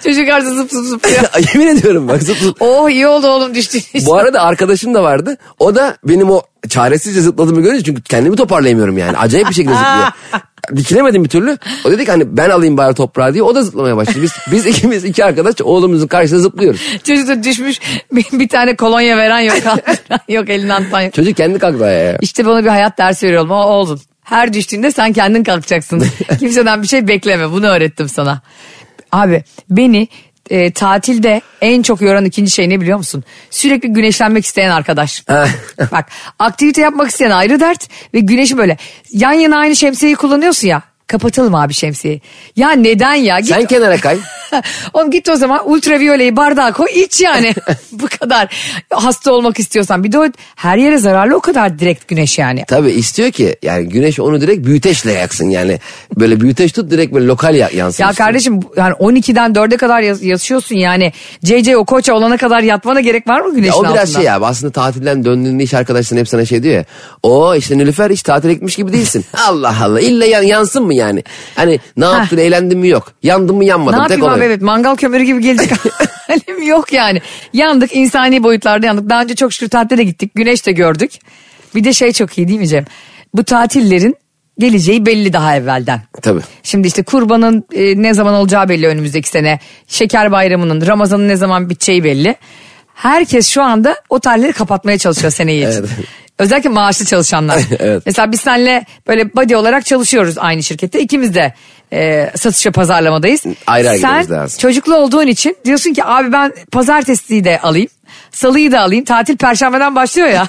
Speaker 2: Çocuk arada zıp zıp zıplıyor.
Speaker 3: Yemin ediyorum bak zıp zıp.
Speaker 2: oh iyi oldu oğlum düştü.
Speaker 3: Bu arada arkadaşım da vardı. O da benim o çaresizce zıpladığımı görünce çünkü kendimi toparlayamıyorum yani. Acayip bir şekilde zıplıyor. Dikilemedim bir türlü. O dedi ki hani ben alayım bari toprağı diye. O da zıplamaya başladı. Biz, biz ikimiz iki arkadaş oğlumuzun karşısında zıplıyoruz.
Speaker 2: Çocuk da düşmüş bir, bir tane kolonya veren yok. kaldıran yok elinden tutan yok.
Speaker 3: Çocuk kendi kalktı ayağa. ya.
Speaker 2: İşte bana bir hayat dersi veriyorum ama oğlum. Her düştüğünde sen kendin kalkacaksın. Kimseden bir şey bekleme bunu öğrettim sana. Abi beni e, tatilde en çok yoran ikinci şey ne biliyor musun? Sürekli güneşlenmek isteyen arkadaş. Bak aktivite yapmak isteyen ayrı dert ve güneşi böyle yan yana aynı şemsiyeyi kullanıyorsun ya. Kapatalım abi şemsiyeyi. Ya neden ya? Git
Speaker 3: Sen kenara kay.
Speaker 2: Oğlum git o zaman ultraviyoleyi bardağa koy iç yani. Bu kadar hasta olmak istiyorsan. Bir de o her yere zararlı o kadar direkt güneş yani.
Speaker 3: Tabii istiyor ki yani güneş onu direkt büyüteçle yaksın yani. Böyle büyüteç tut direkt böyle lokal ya- yansın.
Speaker 2: Ya
Speaker 3: üstüne.
Speaker 2: kardeşim bu- yani 12'den 4'e kadar yaz- yaşıyorsun yani. CC o koça olana kadar yatmana gerek var mı güneşin
Speaker 3: Ya o biraz
Speaker 2: altında?
Speaker 3: şey ya aslında tatilden döndüğünde iş arkadaşların hep sana şey diyor ya. O işte Nilüfer hiç tatile gitmiş gibi değilsin. Allah Allah illa yan- yansın mı yani? Hani ne yaptın eğlendin mi yok. Yandın mı
Speaker 2: Ne
Speaker 3: yanmadın.
Speaker 2: yapayım
Speaker 3: Tek
Speaker 2: abi
Speaker 3: olay.
Speaker 2: evet mangal kömürü gibi gelecek halim yok yani. Yandık insani boyutlarda yandık. Daha önce çok şükür tatile de gittik güneş de gördük. Bir de şey çok iyi değil mi Cem? Bu tatillerin geleceği belli daha evvelden.
Speaker 3: Tabii.
Speaker 2: Şimdi işte kurbanın e, ne zaman olacağı belli önümüzdeki sene. Şeker bayramının, Ramazan'ın ne zaman biteceği belli. Herkes şu anda o tarihleri kapatmaya çalışıyor seneye için. Özellikle maaşlı çalışanlar.
Speaker 3: Evet.
Speaker 2: Mesela biz seninle böyle body olarak çalışıyoruz aynı şirkette. İkimiz de e, satış ve pazarlamadayız.
Speaker 3: Ayrı ayrı
Speaker 2: Sen
Speaker 3: gitmemiz lazım.
Speaker 2: çocuklu olduğun için diyorsun ki abi ben pazartesiyi de alayım. Salıyı da alayım. Tatil perşembeden başlıyor ya.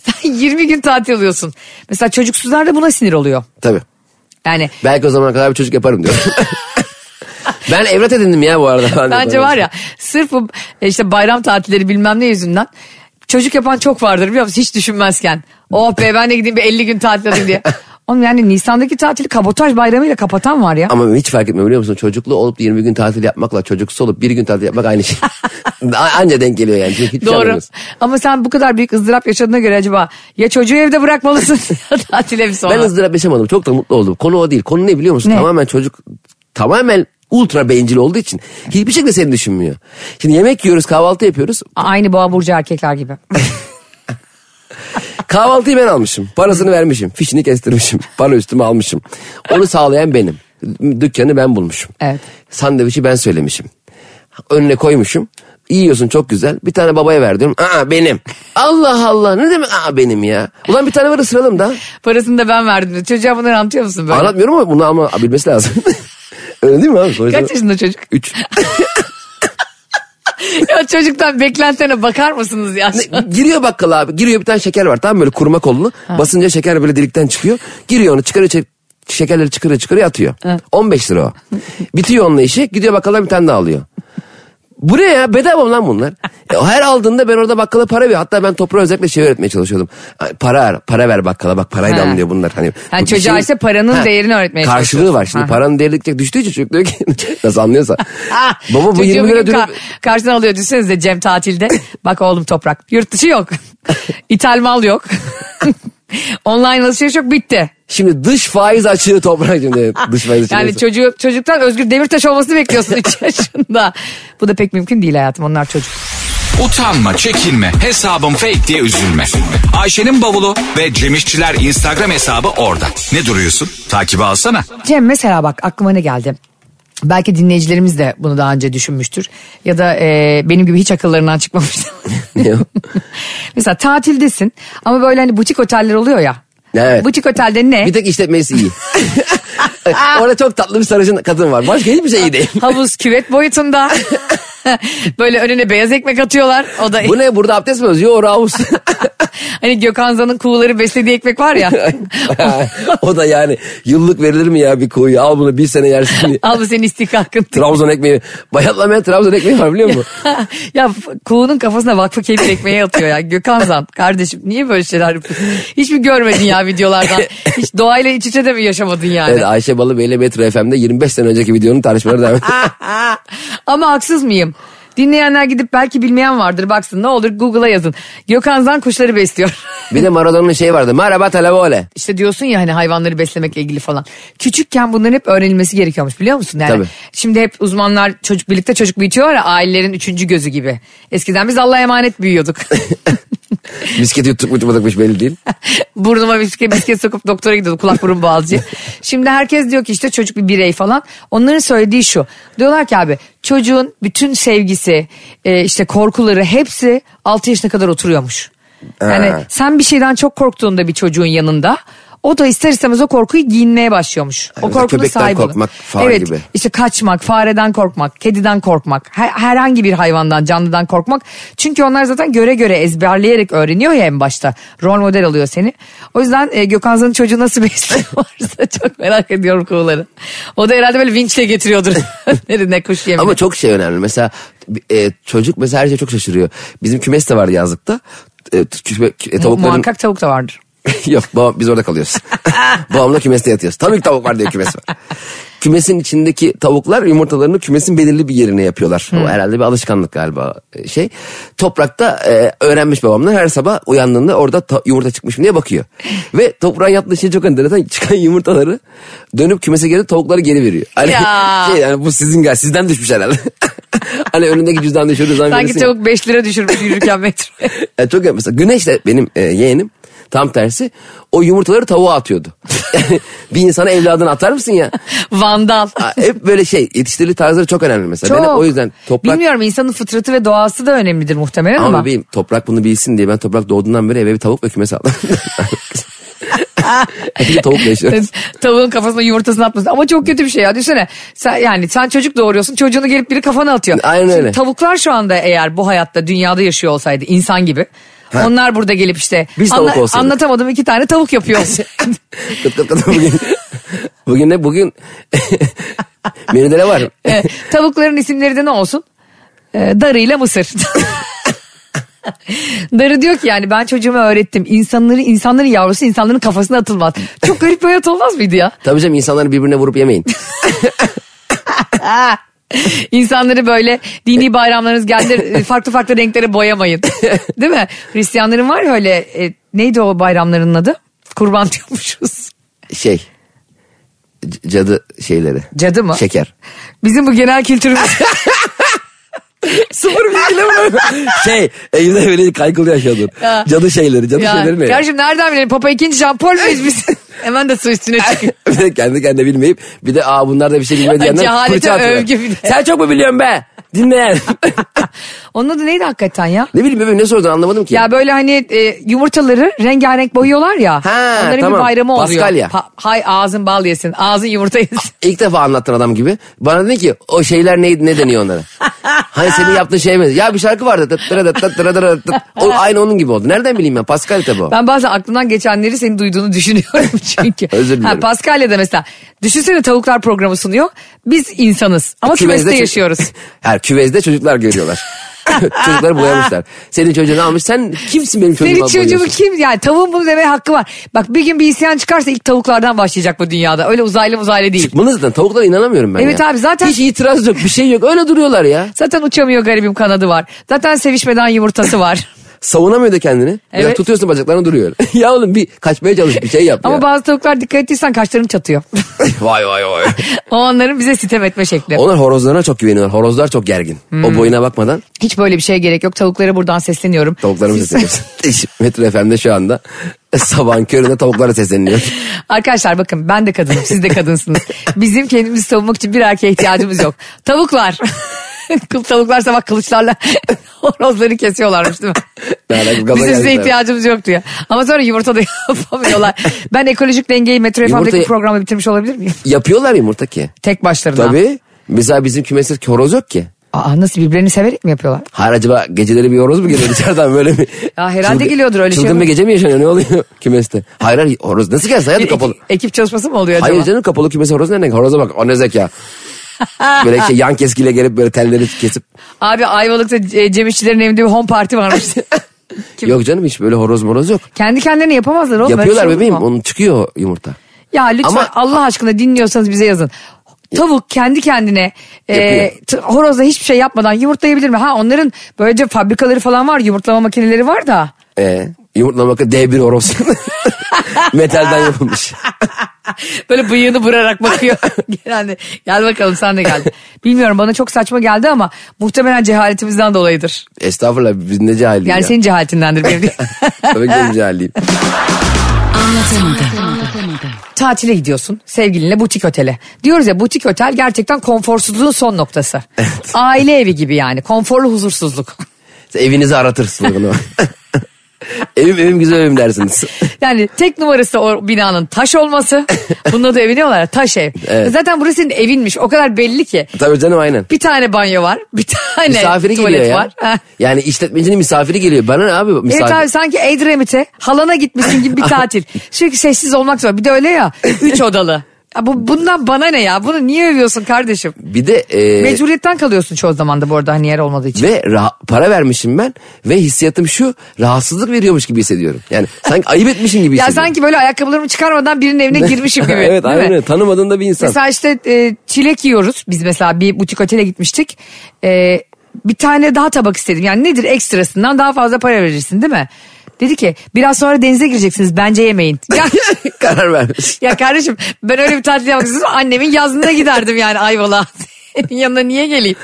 Speaker 2: Sen 20 gün tatil alıyorsun. Mesela çocuksuzlar da buna sinir oluyor.
Speaker 3: Tabii.
Speaker 2: Yani
Speaker 3: Belki o zamana kadar bir çocuk yaparım diyorum. ben evlat edindim ya bu arada.
Speaker 2: Bence var ya sırf bu e, işte bayram tatilleri bilmem ne yüzünden çocuk yapan çok vardır biliyor musun hiç düşünmezken. Oh be ben de gideyim bir 50 gün tatil alayım diye. Oğlum yani Nisan'daki tatili kabotaj bayramıyla kapatan var ya.
Speaker 3: Ama hiç fark etmiyor biliyor musun? Çocuklu olup 20 gün tatil yapmakla çocuksuz olup bir gün tatil yapmak aynı şey. A- Anca denk geliyor yani. şey Hiç
Speaker 2: Doğru. Ama sen bu kadar büyük ızdırap yaşadığına göre acaba ya çocuğu evde bırakmalısın ya tatile mi sonra?
Speaker 3: Ben ızdırap yaşamadım. Çok da mutlu oldum. Konu o değil. Konu ne biliyor musun?
Speaker 2: Ne?
Speaker 3: Tamamen çocuk tamamen ultra bencil olduğu için hiçbir şekilde seni düşünmüyor. Şimdi yemek yiyoruz, kahvaltı yapıyoruz.
Speaker 2: Aynı boğa burcu erkekler gibi.
Speaker 3: Kahvaltıyı ben almışım. Parasını vermişim. Fişini kestirmişim. Para üstüme almışım. Onu sağlayan benim. Dükkanı ben bulmuşum.
Speaker 2: Evet.
Speaker 3: Sandviçi ben söylemişim. Önüne koymuşum. Yiyorsun çok güzel. Bir tane babaya ver diyorum. Aa benim. Allah Allah ne demek aa benim ya. Ulan bir tane var ısıralım da.
Speaker 2: Parasını da ben verdim. Çocuğa bunları anlatıyor musun böyle?
Speaker 3: Anlatmıyorum ama bunu ama bilmesi lazım. Öyle değil mi abi? Sonuçta-
Speaker 2: Kaç yaşında çocuk?
Speaker 3: Üç.
Speaker 2: ya çocuktan beklentine bakar mısınız ya?
Speaker 3: Ne- giriyor bakkala abi. Giriyor bir tane şeker var tamam mı? böyle kuruma kolunu. Basınca şeker böyle delikten çıkıyor. Giriyor onu çıkarıyor çek- şekerleri çıkarıyor çıkarıyor atıyor. 15 lira o. Bitiyor onunla işi gidiyor bakkala bir tane daha alıyor. Bu ne ya bedava mı lan bunlar? E, Her aldığında ben orada bakkala para veriyorum. Hatta ben toprağa özellikle şey öğretmeye çalışıyordum. Ay, Para ver, para ver bakkala bak parayı da
Speaker 2: Ha.
Speaker 3: anlıyor bunlar. Hani,
Speaker 2: Yani
Speaker 3: bu bir
Speaker 2: çocuğa işte paranın değerini öğretmeye
Speaker 3: Karşılığı var
Speaker 2: çalışıyorsun.
Speaker 3: şimdi
Speaker 2: Ha.
Speaker 3: paranın değeri gidecek düştüğü için çocuk diyor ki nasıl anlıyorsa.
Speaker 2: Ah,
Speaker 3: Baba bu
Speaker 2: çocuğu
Speaker 3: 20
Speaker 2: bugün
Speaker 3: lira dönüp
Speaker 2: ka- karşıdan alıyor düşünsenize Cem tatilde. Bak oğlum toprak. Yurt dışı yok. İthal mal yok. Online alışveriş yok bitti.
Speaker 3: Şimdi dış faiz açığı toprak şimdi. Dış faiz açığı.
Speaker 2: Yani
Speaker 3: neyse.
Speaker 2: çocuğu, çocuktan Özgür Demirtaş olmasını bekliyorsun 3 yaşında. Bu da pek mümkün değil hayatım onlar çocuk.
Speaker 1: Utanma, çekinme, hesabım fake diye üzülme. Ayşe'nin bavulu ve Cemişçiler Instagram hesabı orada. Ne duruyorsun? Takibi alsana.
Speaker 2: Cem mesela bak aklıma ne geldi? Belki dinleyicilerimiz de bunu daha önce düşünmüştür. Ya da e, benim gibi hiç akıllarından çıkmamıştır.
Speaker 3: Ne o?
Speaker 2: mesela tatildesin ama böyle hani butik oteller oluyor ya.
Speaker 3: Evet.
Speaker 2: Butik otelde ne?
Speaker 3: Bir tek işletmesi iyi. Orada çok tatlı bir sarışın kadın var. Başka hiçbir şey iyi değil.
Speaker 2: Havuz küvet boyutunda. Böyle önüne beyaz ekmek atıyorlar. O da
Speaker 3: Bu ne burada abdest mi alıyoruz? Yo Raus.
Speaker 2: hani Gökhan Zan'ın kuğuları beslediği ekmek var ya.
Speaker 3: o da yani yıllık verilir mi ya bir koyu? Al bunu bir sene yersin diye.
Speaker 2: Al bu senin istihkakın.
Speaker 3: Trabzon ekmeği. Bayatlamayan Trabzon ekmeği var biliyor musun?
Speaker 2: ya f- kuğunun kafasına vakfı keyif ekmeği atıyor ya. Gökhan Zan kardeşim niye böyle şeyler yapıyorsun? Hiç mi görmedin ya videolardan? Hiç doğayla iç içe de mi yaşamadın yani?
Speaker 3: Evet Ayşe Balıbey ile Metro FM'de 25 sene önceki videonun tartışmaları devam ediyor.
Speaker 2: Ama haksız mıyım? Dinleyenler gidip belki bilmeyen vardır baksın ne olur Google'a yazın. Gökhan Zan kuşları besliyor.
Speaker 3: bir de Maradona'nın şeyi vardı. Merhaba televole.
Speaker 2: İşte diyorsun ya hani hayvanları beslemekle ilgili falan. Küçükken bunların hep öğrenilmesi gerekiyormuş biliyor musun? Yani
Speaker 3: Tabii.
Speaker 2: Şimdi hep uzmanlar çocuk birlikte çocuk büyütüyor ya ailelerin üçüncü gözü gibi. Eskiden biz Allah'a emanet büyüyorduk.
Speaker 3: Bisketi yuttuk mu yutmadıkmış belli değil.
Speaker 2: Burnuma bisiklet, bisiklet sokup doktora gidiyorduk kulak burun boğazcı. Şimdi herkes diyor ki işte çocuk bir birey falan. Onların söylediği şu. Diyorlar ki abi çocuğun bütün sevgisi e, işte korkuları hepsi 6 yaşına kadar oturuyormuş. Yani
Speaker 3: Ha.
Speaker 2: sen bir şeyden çok korktuğunda bir çocuğun yanında o da ister istemez o korkuyu giyinmeye başlıyormuş. O
Speaker 3: Mesela
Speaker 2: korkunun
Speaker 3: Hani köpekten
Speaker 2: sahibi.
Speaker 3: korkmak falan
Speaker 2: evet,
Speaker 3: gibi.
Speaker 2: işte kaçmak, fareden korkmak, kediden korkmak, her- herhangi bir hayvandan, canlıdan korkmak. Çünkü onlar zaten göre göre ezberleyerek öğreniyor ya en başta. Rol model alıyor seni. O yüzden e, Gökhan Zan'ın çocuğu nasıl besliyorlarsa çok merak ediyorum kuğuları. O da herhalde böyle vinçle getiriyordur. Nerede kuş yemini.
Speaker 3: Ama çok şey önemli. Mesela e, çocuk mesela her şeye çok şaşırıyor. Bizim kümes de vardı yazlıkta. E, küme- e,
Speaker 2: Mu-
Speaker 3: tavukların...
Speaker 2: Muhakkak tavuk da vardır.
Speaker 3: Yok babam, biz orada kalıyoruz. Babamla kümeste yatıyoruz. Tabii ki tavuk var diye kümes var. Kümesin içindeki tavuklar yumurtalarını kümesin belirli bir yerine yapıyorlar.
Speaker 2: Hmm.
Speaker 3: O herhalde bir alışkanlık galiba e, şey. Toprakta e, öğrenmiş babamla her sabah uyandığında orada ta- yumurta çıkmış mı diye bakıyor. Ve toprağın yaptığı şey çok enteresan. Çıkan yumurtaları dönüp kümese geri tavukları geri veriyor. Hani
Speaker 2: Ya.
Speaker 3: şey yani bu sizin gel sizden düşmüş herhalde. hani önündeki cüzdan düşürdüğü zaman
Speaker 2: Sanki
Speaker 3: verirsin ya.
Speaker 2: tavuk 5 lira düşürmüş yürürken metroya.
Speaker 3: Yani çok mesela Güneş de benim e, yeğenim Tam tersi. O yumurtaları tavuğa atıyordu. Yani bir insana evladını atar mısın ya?
Speaker 2: Vandal.
Speaker 3: Ha, Hep böyle şey yetiştirili tarzları çok önemli mesela.
Speaker 2: Çok.
Speaker 3: Ben hep o yüzden toprak
Speaker 2: Bilmiyorum insanın fıtratı ve doğası da önemlidir muhtemelen ama.
Speaker 3: ama bebeğim toprak bunu bilsin diye ben toprak doğduğundan beri eve bir tavuk ve kümes aldım. Hepimiz tavukla yaşıyoruz.
Speaker 2: Tavuğun kafasına yumurtasını atmasın. Ama çok kötü bir şey ya. Düşünsene. Sen, yani sen çocuk doğuruyorsun. Çocuğunu gelip biri kafana atıyor.
Speaker 3: Aynen
Speaker 2: Şimdi
Speaker 3: öyle.
Speaker 2: Tavuklar şu anda eğer bu hayatta dünyada yaşıyor olsaydı insan gibi. Onlar burada gelip işte
Speaker 3: Biz tavuk olsaydık.
Speaker 2: anlatamadım iki tane tavuk yapıyor. olsaydı.
Speaker 3: Kıt kıt kıt bugün. Bugün ne bugün? Menüde ne var?
Speaker 2: Evet, E, Tavukların isimleri de ne olsun? Ee, Darı ile mısır. Darı diyor ki yani ben çocuğuma öğrettim. İnsanları, insanların yavrusu insanların kafasına atılmaz. Çok garip bir hayat olmaz mıydı ya?
Speaker 3: Tabii canım insanları birbirine vurup yemeyin.
Speaker 2: İnsanları böyle dini bayramlarınız geldi e, farklı farklı renklere boyamayın. Değil mi? Hristiyanların var ya öyle e, neydi o bayramların adı? Kurban diyormuşuz.
Speaker 3: Şey. c- Cadı şeyleri.
Speaker 2: Cadı mı?
Speaker 3: Şeker.
Speaker 2: Bizim bu genel kültürümüz.
Speaker 3: Sıfır bilgiyle mi? şey. Evde böyle kaygılı yaşadın.
Speaker 2: Ya.
Speaker 3: Cadı şeyleri. Cadı
Speaker 2: ya,
Speaker 3: şeyleri ne? ya?
Speaker 2: kardeşim nereden bilelim? Papa ikinci Jean Paul muyuz biz? Hemen de su üstüne çıkıyor.
Speaker 3: Bir de kendi kendine bilmeyip bir de aa bunlar da bir şey bilmiyor diyenler
Speaker 2: Cehalete
Speaker 3: fırça atıyor.
Speaker 2: övgü bir de.
Speaker 3: Sen çok mu biliyorsun be? Dinleyen.
Speaker 2: Onun adı neydi hakikaten ya?
Speaker 3: ne bileyim bebeğim ne sordun anlamadım ki.
Speaker 2: Ya böyle hani e, yumurtaları rengarenk boyuyorlar ya.
Speaker 3: Ha,
Speaker 2: onların
Speaker 3: tamam.
Speaker 2: bir bayramı oluyor.
Speaker 3: Paskalya.
Speaker 2: Pa- hay ağzın bal yesin, ağzın yumurta yesin.
Speaker 3: İlk defa anlattın adam gibi. Bana dedi ki o şeyler neydi ne deniyor onlara? hani senin yaptığın şey mi? Ya bir şarkı vardı. Tıt tıra tıt tıt tıra tıra tıt. O, aynı onun gibi oldu. Nereden bileyim ben? Pascal tabi o.
Speaker 2: Ben bazen aklımdan geçenleri senin duyduğunu düşünüyorum çünkü.
Speaker 3: Özür dilerim.
Speaker 2: Ha, Paskalya'da mesela. Düşünsene tavuklar programı sunuyor. Biz insanız ama kümeste
Speaker 3: çocuk-
Speaker 2: yaşıyoruz.
Speaker 3: Her küvezde çocuklar görüyorlar. Çocukları boyamışlar. Senin çocuğunu almış. Sen kimsin benim çocuğuma
Speaker 2: Senin çocuğu
Speaker 3: boyuyorsun?
Speaker 2: kim yani tavuğun bunu demeye hakkı var. Bak bir gün bir isyan çıkarsa ilk tavuklardan başlayacak bu dünyada. Öyle uzaylı uzaylı değil.
Speaker 3: Çıkmanız zaten tavuklara inanamıyorum ben
Speaker 2: Evet
Speaker 3: ya.
Speaker 2: abi, zaten-
Speaker 3: Hiç itiraz yok bir şey yok öyle duruyorlar ya.
Speaker 2: Zaten uçamıyor garibim kanadı var. Zaten sevişmeden yumurtası var.
Speaker 3: Savunamıyor da kendini. Biraz
Speaker 2: Evet.
Speaker 3: tutuyorsun bacaklarını duruyor. ya oğlum bir kaçmaya çalış bir şey yap
Speaker 2: Ama
Speaker 3: ya.
Speaker 2: bazı tavuklar dikkat ettiysen kaşlarını çatıyor.
Speaker 3: vay vay vay.
Speaker 2: O onların bize sitem etme şekli.
Speaker 3: Onlar horozlarına çok güveniyorlar. Horozlar çok gergin.
Speaker 2: Hmm.
Speaker 3: O boyuna bakmadan
Speaker 2: Hiç böyle bir şeye gerek yok. Tavuklara buradan sesleniyorum.
Speaker 3: Tavuklarımızı
Speaker 2: Siz-
Speaker 3: sesleniyoruz. Metro FM'de şu anda sabahın köründe tavuklara sesleniyor.
Speaker 2: Arkadaşlar bakın ben de kadınım siz de kadınsınız. Bizim kendimizi savunmak için bir erkeğe ihtiyacımız yok. Tavuklar. Kıl- Tavuklar sabah kılıçlarla horozları kesiyorlarmış değil mi?
Speaker 3: Ne alaka, gaza
Speaker 2: Bizim size
Speaker 3: geldik tabii.
Speaker 2: ihtiyacımız yok diyor. Ama sonra yumurta da yapamıyorlar. Ben ekolojik dengeyi Metro
Speaker 3: Yumurtayı-
Speaker 2: FM'deki programı bitirmiş olabilir miyim?
Speaker 3: Yapıyorlar yumurta ki.
Speaker 2: Tek başlarına.
Speaker 3: Tabii. Mesela bizim kümeste horoz yok ki.
Speaker 2: Aa, nasıl birbirlerini severek mi yapıyorlar?
Speaker 3: Hayır acaba geceleri bir horoz mu geliyor dışarıdan böyle mi?
Speaker 2: Ya herhalde geliyordur öyle şey
Speaker 3: Çılgın
Speaker 2: olur.
Speaker 3: bir gece mi yaşanıyor ne oluyor kümeste? Hayır hayır horoz nasıl gelsin hayatım
Speaker 2: Bir
Speaker 3: kapalı.
Speaker 2: ekip, ekip çalışması mı oluyor E, acaba?
Speaker 3: Hayır canım kapalı kümesi horoz nereden? Horoza bak o ne zeka. böyle şey yan keskiyle gelip böyle telleri kesip.
Speaker 2: Abi Ayvalık'ta e, Cem İşçilerin evinde bir home party varmış. Kim-
Speaker 3: Yok canım hiç böyle horoz moroz yok.
Speaker 2: Kendi kendilerine yapamazlar oğlum. öyle
Speaker 3: Yapıyorlar
Speaker 2: şey olur
Speaker 3: bebeğim
Speaker 2: mu?
Speaker 3: onu çıkıyor yumurta.
Speaker 2: Ya lütfen
Speaker 3: Ama-
Speaker 2: Allah aşkına dinliyorsanız bize yazın. Tavuk kendi kendine e,
Speaker 3: Yapıyor.
Speaker 2: t- horozla hiçbir şey yapmadan yumurtlayabilir mi? Ha onların böylece fabrikaları falan var yumurtlama makineleri var da.
Speaker 3: Ee, yumurtlama bakın D1 horoz. Metalden yapılmış.
Speaker 2: Böyle bıyığını vurarak bakıyor. Genelde gel bakalım sen de gel. Bilmiyorum bana çok saçma geldi ama muhtemelen cehaletimizden dolayıdır.
Speaker 3: Estağfurullah biz ne cahillik
Speaker 2: Yani
Speaker 3: ya.
Speaker 2: senin cehaletindendir benim değil.
Speaker 3: Tabii ki benim cahilliğim.
Speaker 2: tatile gidiyorsun sevgilinle butik otele. Diyoruz ya butik otel gerçekten konforsuzluğun son noktası. Aile evi gibi yani konforlu huzursuzluk.
Speaker 3: Sen Evinizi aratırsın bunu. evim evim güzel evim dersiniz.
Speaker 2: Yani tek numarası o binanın taş olması. Bunun da evi ne olarak? Taş ev.
Speaker 3: Evet.
Speaker 2: Zaten burası senin evinmiş o kadar belli ki.
Speaker 3: Tabii canım aynen.
Speaker 2: Bir tane banyo var bir tane
Speaker 3: Misafiri
Speaker 2: tuvalet
Speaker 3: geliyor ya.
Speaker 2: var. Heh.
Speaker 3: Yani işletmecinin misafiri geliyor. Bana ne abi misafir?
Speaker 2: Evet abi sanki Edremit'e halana gitmişsin gibi bir tatil. Çünkü sessiz olmak zor. Bir de öyle ya üç odalı. Ya bu, bundan bana ne ya? Bunu niye övüyorsun kardeşim?
Speaker 3: Bir de e,
Speaker 2: Mecburiyetten kalıyorsun çoğu zaman da bu arada hani yer olmadığı için.
Speaker 3: ve rah- para vermişim ben ve hissiyatım şu rahatsızlık veriyormuş gibi hissediyorum. Yani sanki ayıp etmişim gibi
Speaker 2: Ya
Speaker 3: hissediyorum.
Speaker 2: sanki böyle ayakkabılarımı çıkarmadan birinin evine girmişim gibi.
Speaker 3: evet
Speaker 2: değil mi?
Speaker 3: aynen öyle. Tanımadığın da bir insan.
Speaker 2: Mesela işte e, çilek yiyoruz. Biz mesela bir butik otele gitmiştik. E, bir tane daha tabak istedim. Yani nedir ekstrasından daha fazla para verirsin değil mi? Dedi ki biraz sonra denize gireceksiniz bence yemeyin. Ya,
Speaker 3: Karar vermiş.
Speaker 2: ya kardeşim ben öyle bir tatil yapmak istiyorsam annemin yazlığına giderdim yani Ayvalık'a. Senin yanına niye geleyim?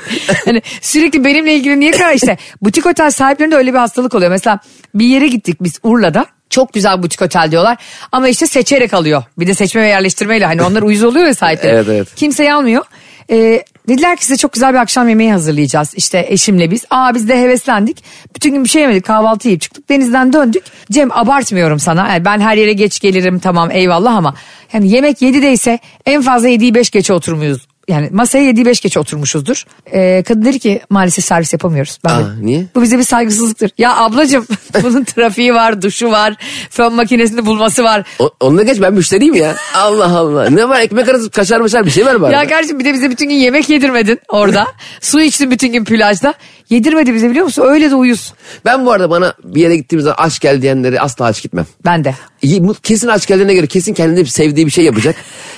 Speaker 2: Hani sürekli benimle ilgili niye karar işte. Butik otel sahiplerinde öyle bir hastalık oluyor. Mesela bir yere gittik biz Urla'da. Çok güzel butik otel diyorlar. Ama işte seçerek alıyor. Bir de seçme ve yerleştirmeyle. Hani onlar uyuz oluyor ya sahipleri.
Speaker 3: Evet, evet.
Speaker 2: Kimseyi almıyor. Ee, dediler ki size çok güzel bir akşam yemeği hazırlayacağız. İşte eşimle biz. Aa biz de heveslendik. Bütün gün bir şey yemedik. Kahvaltı yiyip çıktık. Denizden döndük. Cem abartmıyorum sana. Yani ben her yere geç gelirim tamam eyvallah ama. Yani yemek 7'deyse en fazla 7'yi 5 geçe oturmuyoruz. Yani masaya 7'yi 5 geçe oturmuşuzdur. Ee, kadın dedi ki maalesef servis yapamıyoruz. Ben
Speaker 3: Aa,
Speaker 2: dedim,
Speaker 3: niye?
Speaker 2: Bu bize bir saygısızlıktır. Ya ablacığım bunun trafiği var, duşu var, fön makinesini bulması var.
Speaker 3: O- onunla geç ben müşteriyim ya. Allah Allah. Ne var ekmek arası kaşar maşar bir şey var bari.
Speaker 2: Ya kardeşim bir de bize bütün gün yemek yedirmedin orada. Su içtin bütün gün plajda. Yedirmedi bize biliyor musun? Öyle de uyuz.
Speaker 3: Ben bu arada bana bir yere gittiğim zaman aç gel diyenleri asla aç gitmem.
Speaker 2: Ben de.
Speaker 3: İyi, mu- Kesin aç geldiğine göre kesin kendine sevdiği bir şey yapacak.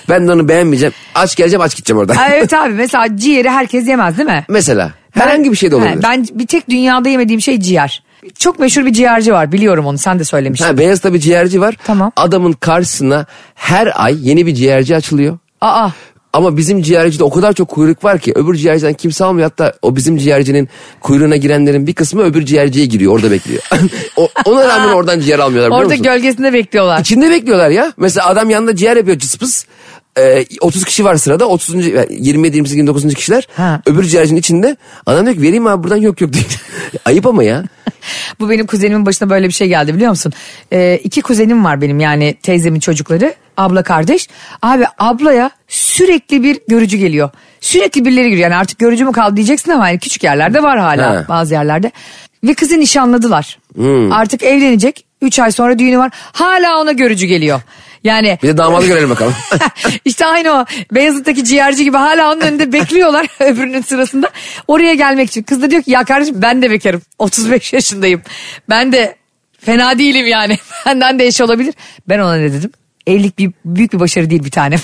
Speaker 3: Ben de onu beğenmeyeceğim. Aç geleceğim aç gideceğim oradan.
Speaker 2: Ay, evet abi mesela ciğeri herkes yemez değil mi?
Speaker 3: Mesela
Speaker 2: Ben-
Speaker 3: herhangi bir şey de
Speaker 2: He,
Speaker 3: olabilir.
Speaker 2: Ben bir tek dünyada yemediğim şey ciğer. Çok meşhur bir ciğerci var biliyorum onu sen de söylemiştin.
Speaker 3: Ha, beyaz tabi ciğerci var.
Speaker 2: Tamam.
Speaker 3: Adamın karşısına her ay yeni bir ciğerci açılıyor.
Speaker 2: Aa
Speaker 3: Ama bizim ciğercide o kadar çok kuyruk var ki öbür ciğerciden kimse almıyor. Hatta o bizim ciğercinin kuyruğuna girenlerin bir kısmı öbür ciğerciye giriyor orada bekliyor. O- ona rağmen oradan ciğer almıyorlar biliyor
Speaker 2: orada
Speaker 3: musun?
Speaker 2: gölgesinde bekliyorlar.
Speaker 3: İçinde bekliyorlar ya. Mesela adam yanında ciğer yapıyor cıs pıs. Ee, 30 kişi var sırada. 30. yani 27, 28, 29. kişiler.
Speaker 2: Ha.
Speaker 3: Öbür ciğercinin içinde. Adam diyor ki vereyim abi buradan yok yok diyor. Ayıp ama ya.
Speaker 2: Bu benim kuzenimin başına böyle bir şey geldi biliyor musun? Ee, iki kuzenim var benim yani teyzemin çocukları. Abla kardeş. Abi ablaya sürekli bir görücü geliyor. Sürekli birileri giriyor. Yani artık görücü mü kaldı diyeceksin ama yani küçük yerlerde var hala
Speaker 3: Ha.
Speaker 2: bazı yerlerde. Ve kızı nişanladılar.
Speaker 3: Hmm.
Speaker 2: Artık evlenecek. Üç ay sonra düğünü var. Hala ona görücü geliyor. Yani
Speaker 3: Bir de damadı görelim bakalım.
Speaker 2: işte aynı o Beyazıt'taki ciğerci gibi hala onun önünde bekliyorlar öbürünün sırasında. Oraya gelmek için. Kız da diyor ki ya kardeşim ben de bekarım. 35 yaşındayım. Ben de fena değilim yani. Benden de eş olabilir. Ben ona ne dedim? Evlilik bir, büyük bir başarı değil bir tanem.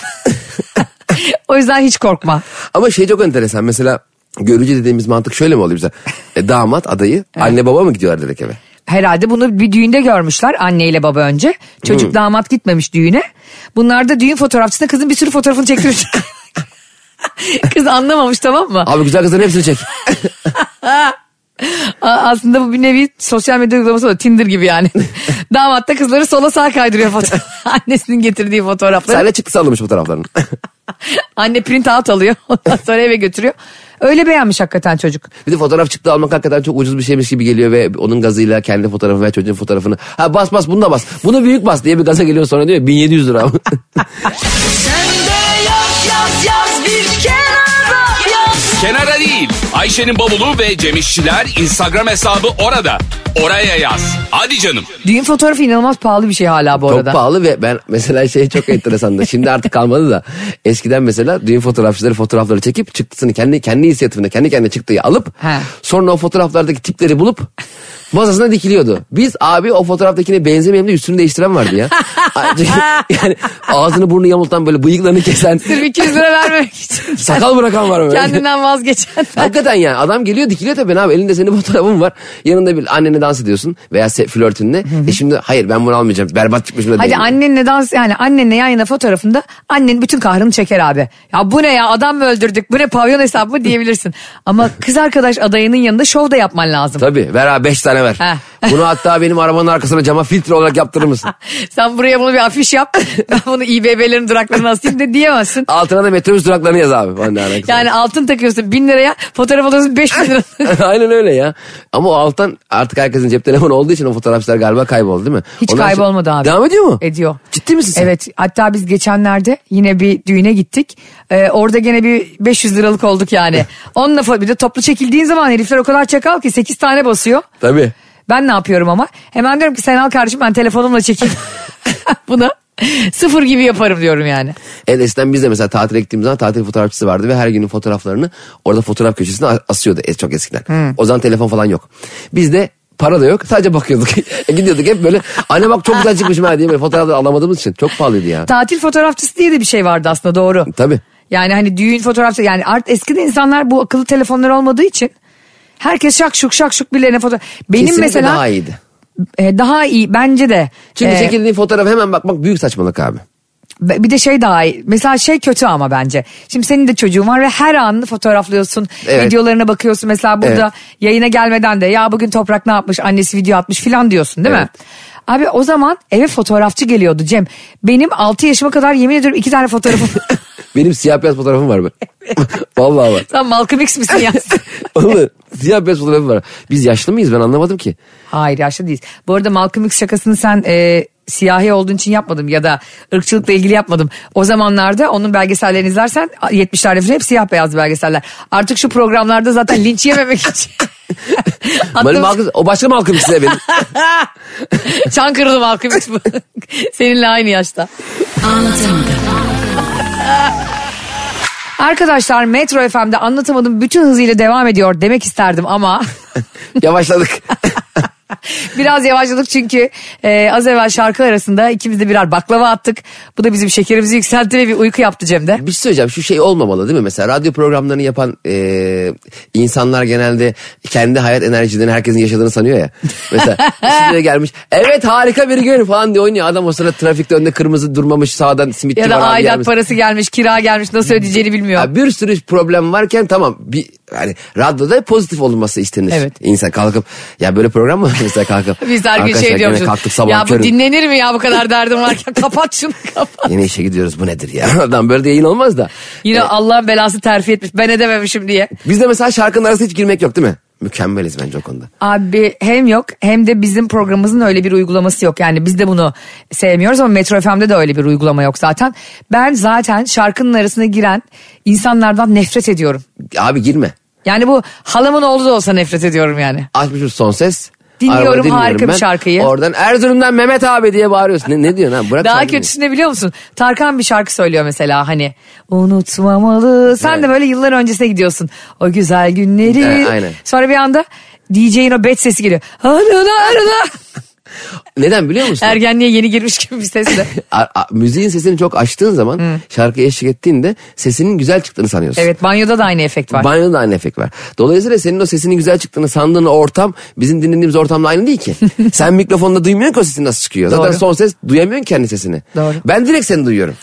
Speaker 2: o yüzden hiç korkma.
Speaker 3: Ama şey çok enteresan. Mesela görücü dediğimiz mantık şöyle mi oluyor bize? E, damat adayı anne baba mı gidiyorlar direkt eve?
Speaker 2: Herhalde bunu bir düğünde görmüşler anneyle baba önce. Çocuk damat gitmemiş düğüne. Bunlar da düğün fotoğrafçısına kızın bir sürü fotoğrafını çektirmiş. Kız anlamamış tamam mı?
Speaker 3: Abi güzel kızların hepsini çek.
Speaker 2: A- Aslında bu bir nevi sosyal medya uygulaması da Tinder gibi yani. Damat da kızları sola sağa kaydırıyor fotoğraf. Annesinin getirdiği fotoğrafları.
Speaker 3: Sahne çıktı sallamış fotoğraflarını.
Speaker 2: Anne print out alıyor. Ondan sonra eve götürüyor. Öyle beğenmiş hakikaten çocuk.
Speaker 3: bir de fotoğraf çıktı almak hakikaten çok ucuz bir şeymiş gibi geliyor ve onun gazıyla kendi fotoğrafı veya çocuğun fotoğrafını. Ha bas bas bunu da bas. Bunu büyük bas diye bir gaza geliyor sonra diyor ya, 1700 lira.
Speaker 1: Kenara değil. Ayşe'nin bavulu ve Cemişçiler Instagram hesabı orada. Oraya yaz. Hadi canım.
Speaker 2: Düğün fotoğrafı inanılmaz pahalı bir şey hala bu
Speaker 3: Çok
Speaker 2: arada.
Speaker 3: pahalı ve ben mesela şey çok enteresandı. Şimdi artık kalmadı da eskiden mesela düğün fotoğrafçıları fotoğrafları çekip çıktısını kendi kendi inisiyatifinde kendi kendine çıktığı alıp
Speaker 2: He.
Speaker 3: sonra o fotoğraflardaki tipleri bulup masasına dikiliyordu. Biz abi o fotoğraftakine benzemeyelim de üstünü değiştiren vardı ya. yani ağzını burnunu yamultan böyle bıyıklarını kesen
Speaker 2: Sırf 200 lira vermemek için.
Speaker 3: sakal bırakan var böyle.
Speaker 2: Kendinden vazgeçen.
Speaker 3: Hakikaten yani adam geliyor dikiliyor tabii abi elinde senin fotoğrafın var. Yanında bir annene dans ediyorsun veya se- flörtünle. E şimdi hayır ben bunu almayacağım berbat çıkmış böyle.
Speaker 2: Hadi annenle dans yani annenle yan yana fotoğrafında annen bütün kahrını çeker abi. Ya bu ne ya adam mı öldürdük bu ne pavyon hesabı mı diyebilirsin. Ama kız arkadaş adayının yanında şov da yapman lazım.
Speaker 3: Tabii ver abi beş tane ver.
Speaker 2: Heh.
Speaker 3: Bunu hatta benim arabanın arkasına cama filtre olarak yaptırır mısın?
Speaker 2: Sen buraya bunu bir afiş yap. Ben bunu İBB'lerin duraklarına asayım de diyemezsin.
Speaker 3: Altına da metrobüs duraklarını yaz abi. falan diye alakası
Speaker 2: Yani altın takıyorsun bin liraya fotoğraf alıyorsun beş bin lira.
Speaker 3: var. Aynen öyle ya. Ama o alttan artık herkesin cep telefonu olduğu için o fotoğrafçılar galiba kayboldu değil mi?
Speaker 2: Hiç
Speaker 3: Onlar şey-
Speaker 2: kaybolmadı abi.
Speaker 3: Devam ediyor mu?
Speaker 2: Ediyor.
Speaker 3: Ciddi misin sen?
Speaker 2: Evet hatta biz geçenlerde yine bir düğüne gittik. Ee, orada gene bir 500 liralık olduk yani. Onunla fo- bir de toplu çekildiğin zaman herifler o kadar çakal ki 8 tane basıyor.
Speaker 3: Tabii.
Speaker 2: Ben ne yapıyorum ama? Hemen diyorum ki sen al kardeşim ben telefonumla çekeyim. Bunu sıfır gibi yaparım diyorum yani.
Speaker 3: En eskiden biz de mesela tatile gittiğimiz zaman tatil fotoğrafçısı vardı ve her günün fotoğraflarını orada fotoğraf köşesine a- asıyordu es çok eskiden.
Speaker 2: Hmm.
Speaker 3: O zaman telefon falan yok. Biz de para da yok sadece bakıyorduk. E, Gidiyorduk hep böyle anne bak çok güzel çıkmışım ha diye böyle fotoğrafları alamadığımız için çok pahalıydı ya.
Speaker 2: Tatil fotoğrafçısı diye de bir şey vardı aslında doğru.
Speaker 3: Tabii.
Speaker 2: Yani hani düğün fotoğrafçı yani art eskiden insanlar bu akıllı telefonlar olmadığı için herkes şak şuk şak şuk birilerine fotoğraf. Benim
Speaker 3: Kesinlikle
Speaker 2: mesela
Speaker 3: daha iyiydi.
Speaker 2: e, daha iyi bence de.
Speaker 3: Çünkü
Speaker 2: E,
Speaker 3: çekildiği fotoğrafa hemen bakmak büyük saçmalık abi.
Speaker 2: Be- Bir de şey daha iyi. Mesela şey kötü ama bence. Şimdi senin de çocuğun var ve her anını fotoğraflıyorsun.
Speaker 3: Evet.
Speaker 2: Videolarına bakıyorsun. Mesela burada
Speaker 3: Evet.
Speaker 2: yayına gelmeden de ya bugün Toprak ne yapmış annesi video atmış filan diyorsun değil mi? Abi o zaman eve fotoğrafçı geliyordu Cem. Benim 6 yaşıma kadar yemin ediyorum iki tane fotoğrafım.
Speaker 3: Benim siyah beyaz fotoğrafım var be. Vallahi var.
Speaker 2: Sen Malcolm X misin ya?
Speaker 3: Oğlum siyah beyaz fotoğrafım var. Biz yaşlı mıyız ben anlamadım ki.
Speaker 2: Hayır yaşlı değiliz. Bu arada Malcolm X şakasını sen e, siyahi olduğun için yapmadım ya da ırkçılıkla ilgili yapmadım. O zamanlarda onun belgesellerini izlersen 70'lerde falan hep siyah beyaz belgeseller. Artık şu programlarda zaten linç yememek için.
Speaker 3: Benim
Speaker 2: Aklım,
Speaker 3: halkım- o başka Malcolm size benim.
Speaker 2: Çankırılı Malcolm X bu. Seninle aynı yaşta. Arkadaşlar Metro FM'de anlatamadım bütün hızıyla devam ediyor demek isterdim ama
Speaker 3: Yavaşladık.
Speaker 2: Biraz yavaşladık çünkü e, az evvel şarkı arasında ikimiz de birer baklava attık. Bu da bizim şekerimizi yükseltti ve bir uyku yaptı Cem'de.
Speaker 3: Bir şey söyleyeceğim şu şey olmamalı değil mi? Mesela radyo programlarını yapan e, insanlar genelde kendi hayat enerjilerini herkesin yaşadığını sanıyor ya. Mesela stüdyoya gelmiş evet harika bir gün falan diye oynuyor. Adam o sırada trafikte önde kırmızı durmamış sağdan simitçi
Speaker 2: Ya da
Speaker 3: var abi
Speaker 2: aidat
Speaker 3: gelmiş.
Speaker 2: parası gelmiş, kira gelmiş nasıl ödeyeceğini bilmiyor.
Speaker 3: Ya bir sürü problem varken tamam bir yani radyoda pozitif olunması istenir.
Speaker 2: Evet.
Speaker 3: İnsan kalkıp ya böyle program mı mesela kalkıp.
Speaker 2: Biz her gün
Speaker 3: "Arkadaşlar
Speaker 2: şey
Speaker 3: gene
Speaker 2: diyormuşuz.
Speaker 3: kalktık sabah
Speaker 2: ya bu
Speaker 3: körün,
Speaker 2: dinlenir mi ya bu kadar derdim varken kapat şunu kapat.
Speaker 3: Yine işe gidiyoruz bu nedir ya? Adam böyle de yayın olmaz da.
Speaker 2: Yine Allah'ın belası terfi etmiş ben edememişim diye.
Speaker 3: Bizde mesela şarkının arasına hiç girmek yok değil mi? Mükemmeliz bence o konuda.
Speaker 2: Abi hem yok hem de bizim programımızın öyle bir uygulaması yok. Yani biz de bunu sevmiyoruz ama Metro FM'de de öyle bir uygulama yok zaten. Ben zaten şarkının arasına giren insanlardan nefret ediyorum.
Speaker 3: Abi girme.
Speaker 2: Yani bu halamın oğlu da olsa nefret ediyorum yani.
Speaker 3: Açmışım son ses.
Speaker 2: Dinliyorum,
Speaker 3: Arabada dinliyorum
Speaker 2: harika bir
Speaker 3: ben.
Speaker 2: şarkıyı.
Speaker 3: Oradan Erzurum'dan Mehmet abi diye bağırıyorsun. Ne, ne diyorsun ha? Bırak
Speaker 2: Daha
Speaker 3: şarkıyı.
Speaker 2: kötüsünü biliyor musun? Tarkan bir şarkı söylüyor mesela hani. Unutmamalı. Sen de böyle yıllar öncesine gidiyorsun. O güzel günleri.
Speaker 3: Evet, aynen.
Speaker 2: Sonra bir anda DJ'in o bet sesi geliyor. Arada arada.
Speaker 3: Neden biliyor musun?
Speaker 2: Ergenliğe yeni girmiş gibi bir sesle.
Speaker 3: A- a- müziğin sesini çok açtığın zaman şarkıya eşlik ettiğinde sesinin güzel çıktığını sanıyorsun.
Speaker 2: Evet banyoda da aynı efekt var.
Speaker 3: Banyoda da aynı efekt var. Dolayısıyla senin o sesinin güzel çıktığını sandığın ortam bizim dinlediğimiz ortamla aynı değil ki. Sen mikrofonda duymuyorsun ki o sesin nasıl çıkıyor. Zaten
Speaker 2: Doğru.
Speaker 3: son ses duyamıyorsun kendi sesini.
Speaker 2: Doğru.
Speaker 3: Ben direkt seni duyuyorum.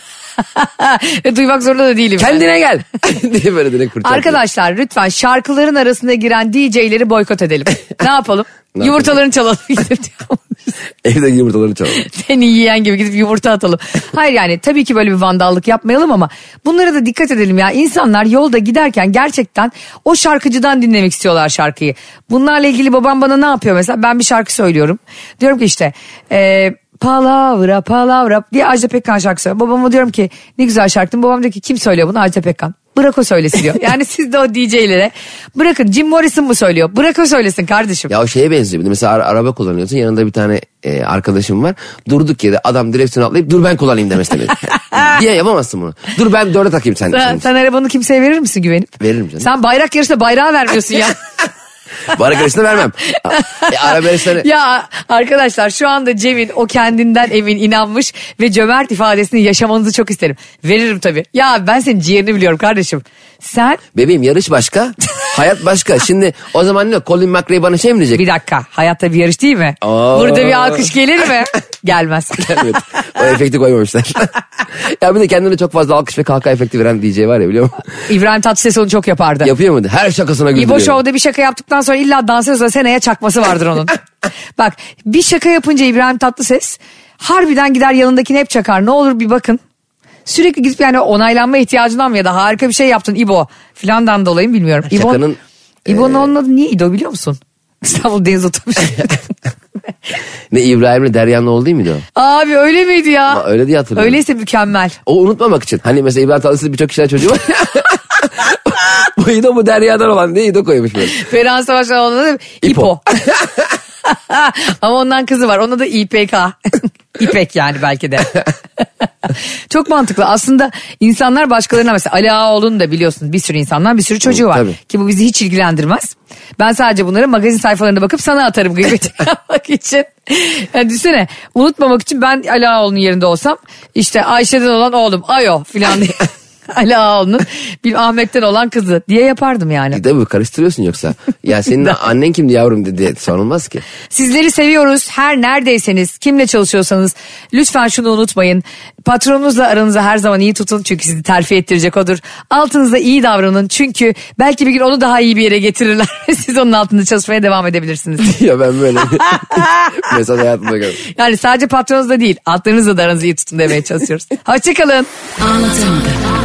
Speaker 2: Ve Duymak zorunda da değilim. yani.
Speaker 3: Kendine gel diye böyle direkt kurtardım.
Speaker 2: Arkadaşlar lütfen şarkıların arasına giren DJ'leri boykot edelim. ne yapalım?
Speaker 3: Ne
Speaker 2: Yumurtalarını çalalım. Gidip diyor.
Speaker 3: Evde yumurtalarını çalalım.
Speaker 2: Seni yiyen gibi gidip yumurta atalım. Hayır yani tabii ki böyle bir vandallık yapmayalım ama bunlara da dikkat edelim ya. İnsanlar yolda giderken gerçekten o şarkıcıdan dinlemek istiyorlar şarkıyı. Bunlarla ilgili babam bana ne yapıyor mesela ben bir şarkı söylüyorum. Diyorum ki işte eee palavra palavra diye Ajda Pekkan şarkı söylüyor. Babama diyorum ki ne güzel şarkı. Babam diyor ki kim söylüyor bunu Ajda Pekkan. Bırak o söylesin diyor. Yani siz de o DJ'lere bırakın Jim Morrison mu söylüyor? Bırak o söylesin kardeşim.
Speaker 3: Ya o şeye benziyor. Bir de Mesela ara- araba kullanıyorsun. Yanında bir tane e, arkadaşım var. Durduk yere adam direksiyonu atlayıp dur ben kullanayım demesi demek. Diye yapamazsın bunu. Dur ben dörde takayım sen.
Speaker 2: Sen,
Speaker 3: senin için.
Speaker 2: sen arabanı kimseye verir misin güvenip?
Speaker 3: Veririm canım.
Speaker 2: Sen bayrak yarışında bayrağı vermiyorsun ya.
Speaker 3: Bana karşısına vermem. E, araba yarışları-
Speaker 2: ya arkadaşlar şu anda Cem'in o kendinden emin inanmış ve cömert ifadesini yaşamanızı çok isterim. Veririm tabii. Ya ben senin ciğerini biliyorum kardeşim. Sen
Speaker 3: Bebeğim yarış başka. hayat başka. Şimdi o zaman ne? Colin McRae bana şey mi diyecek?
Speaker 2: bir dakika hayatta bir yarış değil mi?
Speaker 3: Aa.
Speaker 2: Burada bir alkış gelir mi? Gelmez.
Speaker 3: evet. O efekti koymamışlar. ya bir de kendine çok fazla alkış ve kahkaha efekti veren DJ var ya biliyor musun?
Speaker 2: İbrahim Tatlıses onu çok yapardı.
Speaker 3: Yapıyor muydu? Her şakasına güldürüyor.
Speaker 2: İbo Show'da bir şaka yaptıktan sonra illa dansözle seneye çakması vardır onun. Bak bir şaka yapınca İbrahim Tatlıses harbiden gider yanındakini hep çakar. Ne olur bir bakın. Sürekli gidip yani onaylanma ihtiyacından mı ya da harika bir şey yaptın İbo filandan dolayı mı bilmiyorum. İbo,
Speaker 3: Şakanın, e,
Speaker 2: İbo'nun onun adı niye İdo biliyor musun? İstanbul Deniz Otobüsü.
Speaker 3: Ne İbrahim'le Derya'nın oğlu değil miydi o?
Speaker 2: Abi öyle miydi ya?
Speaker 3: Ama öyle diye hatırlıyorum.
Speaker 2: Öyleyse mükemmel.
Speaker 3: O unutmamak için. Hani mesela İbrahim Tatlıses'in birçok kişiler çocuğu var. bu İdo bu deryadan olan diye İdo koymuş böyle.
Speaker 2: Ferhan Savaş'ın oğlunun adı İpo.
Speaker 3: İpo.
Speaker 2: Ama ondan kızı var. Ona da İPK. İpek yani belki de. Çok mantıklı. Aslında insanlar başkalarına mesela Ali Ağaoğlu'nun da biliyorsun bir sürü insandan bir sürü çocuğu var.
Speaker 3: Tabii.
Speaker 2: Ki bu bizi hiç ilgilendirmez. Ben sadece bunları magazin sayfalarına bakıp sana atarım gıybet yapmak için. Yani düşünsene unutmamak için ben Ali Ağaoğlu'nun yerinde olsam işte Ayşe'den olan oğlum Ayo filan diye. Ali Ağaoğlu'nun bir Ahmet'ten olan kızı diye yapardım yani.
Speaker 3: E Tabii karıştırıyorsun yoksa. Ya senin annen kimdi yavrum dedi diye sorulmaz ki.
Speaker 2: Sizleri seviyoruz. Her neredeyseniz, kimle çalışıyorsanız lütfen şunu unutmayın. Patronunuzla aranızı her zaman iyi tutun çünkü sizi terfi ettirecek odur. Altınıza iyi davranın çünkü belki bir gün onu daha iyi bir yere getirirler. Siz onun altında çalışmaya devam edebilirsiniz.
Speaker 3: ya ben böyle mesaj hayatımda gördüm.
Speaker 2: Yani sadece patronunuzla değil altlarınızla da aranızı iyi tutun demeye çalışıyoruz. Hoşçakalın.
Speaker 4: Anlatamadım.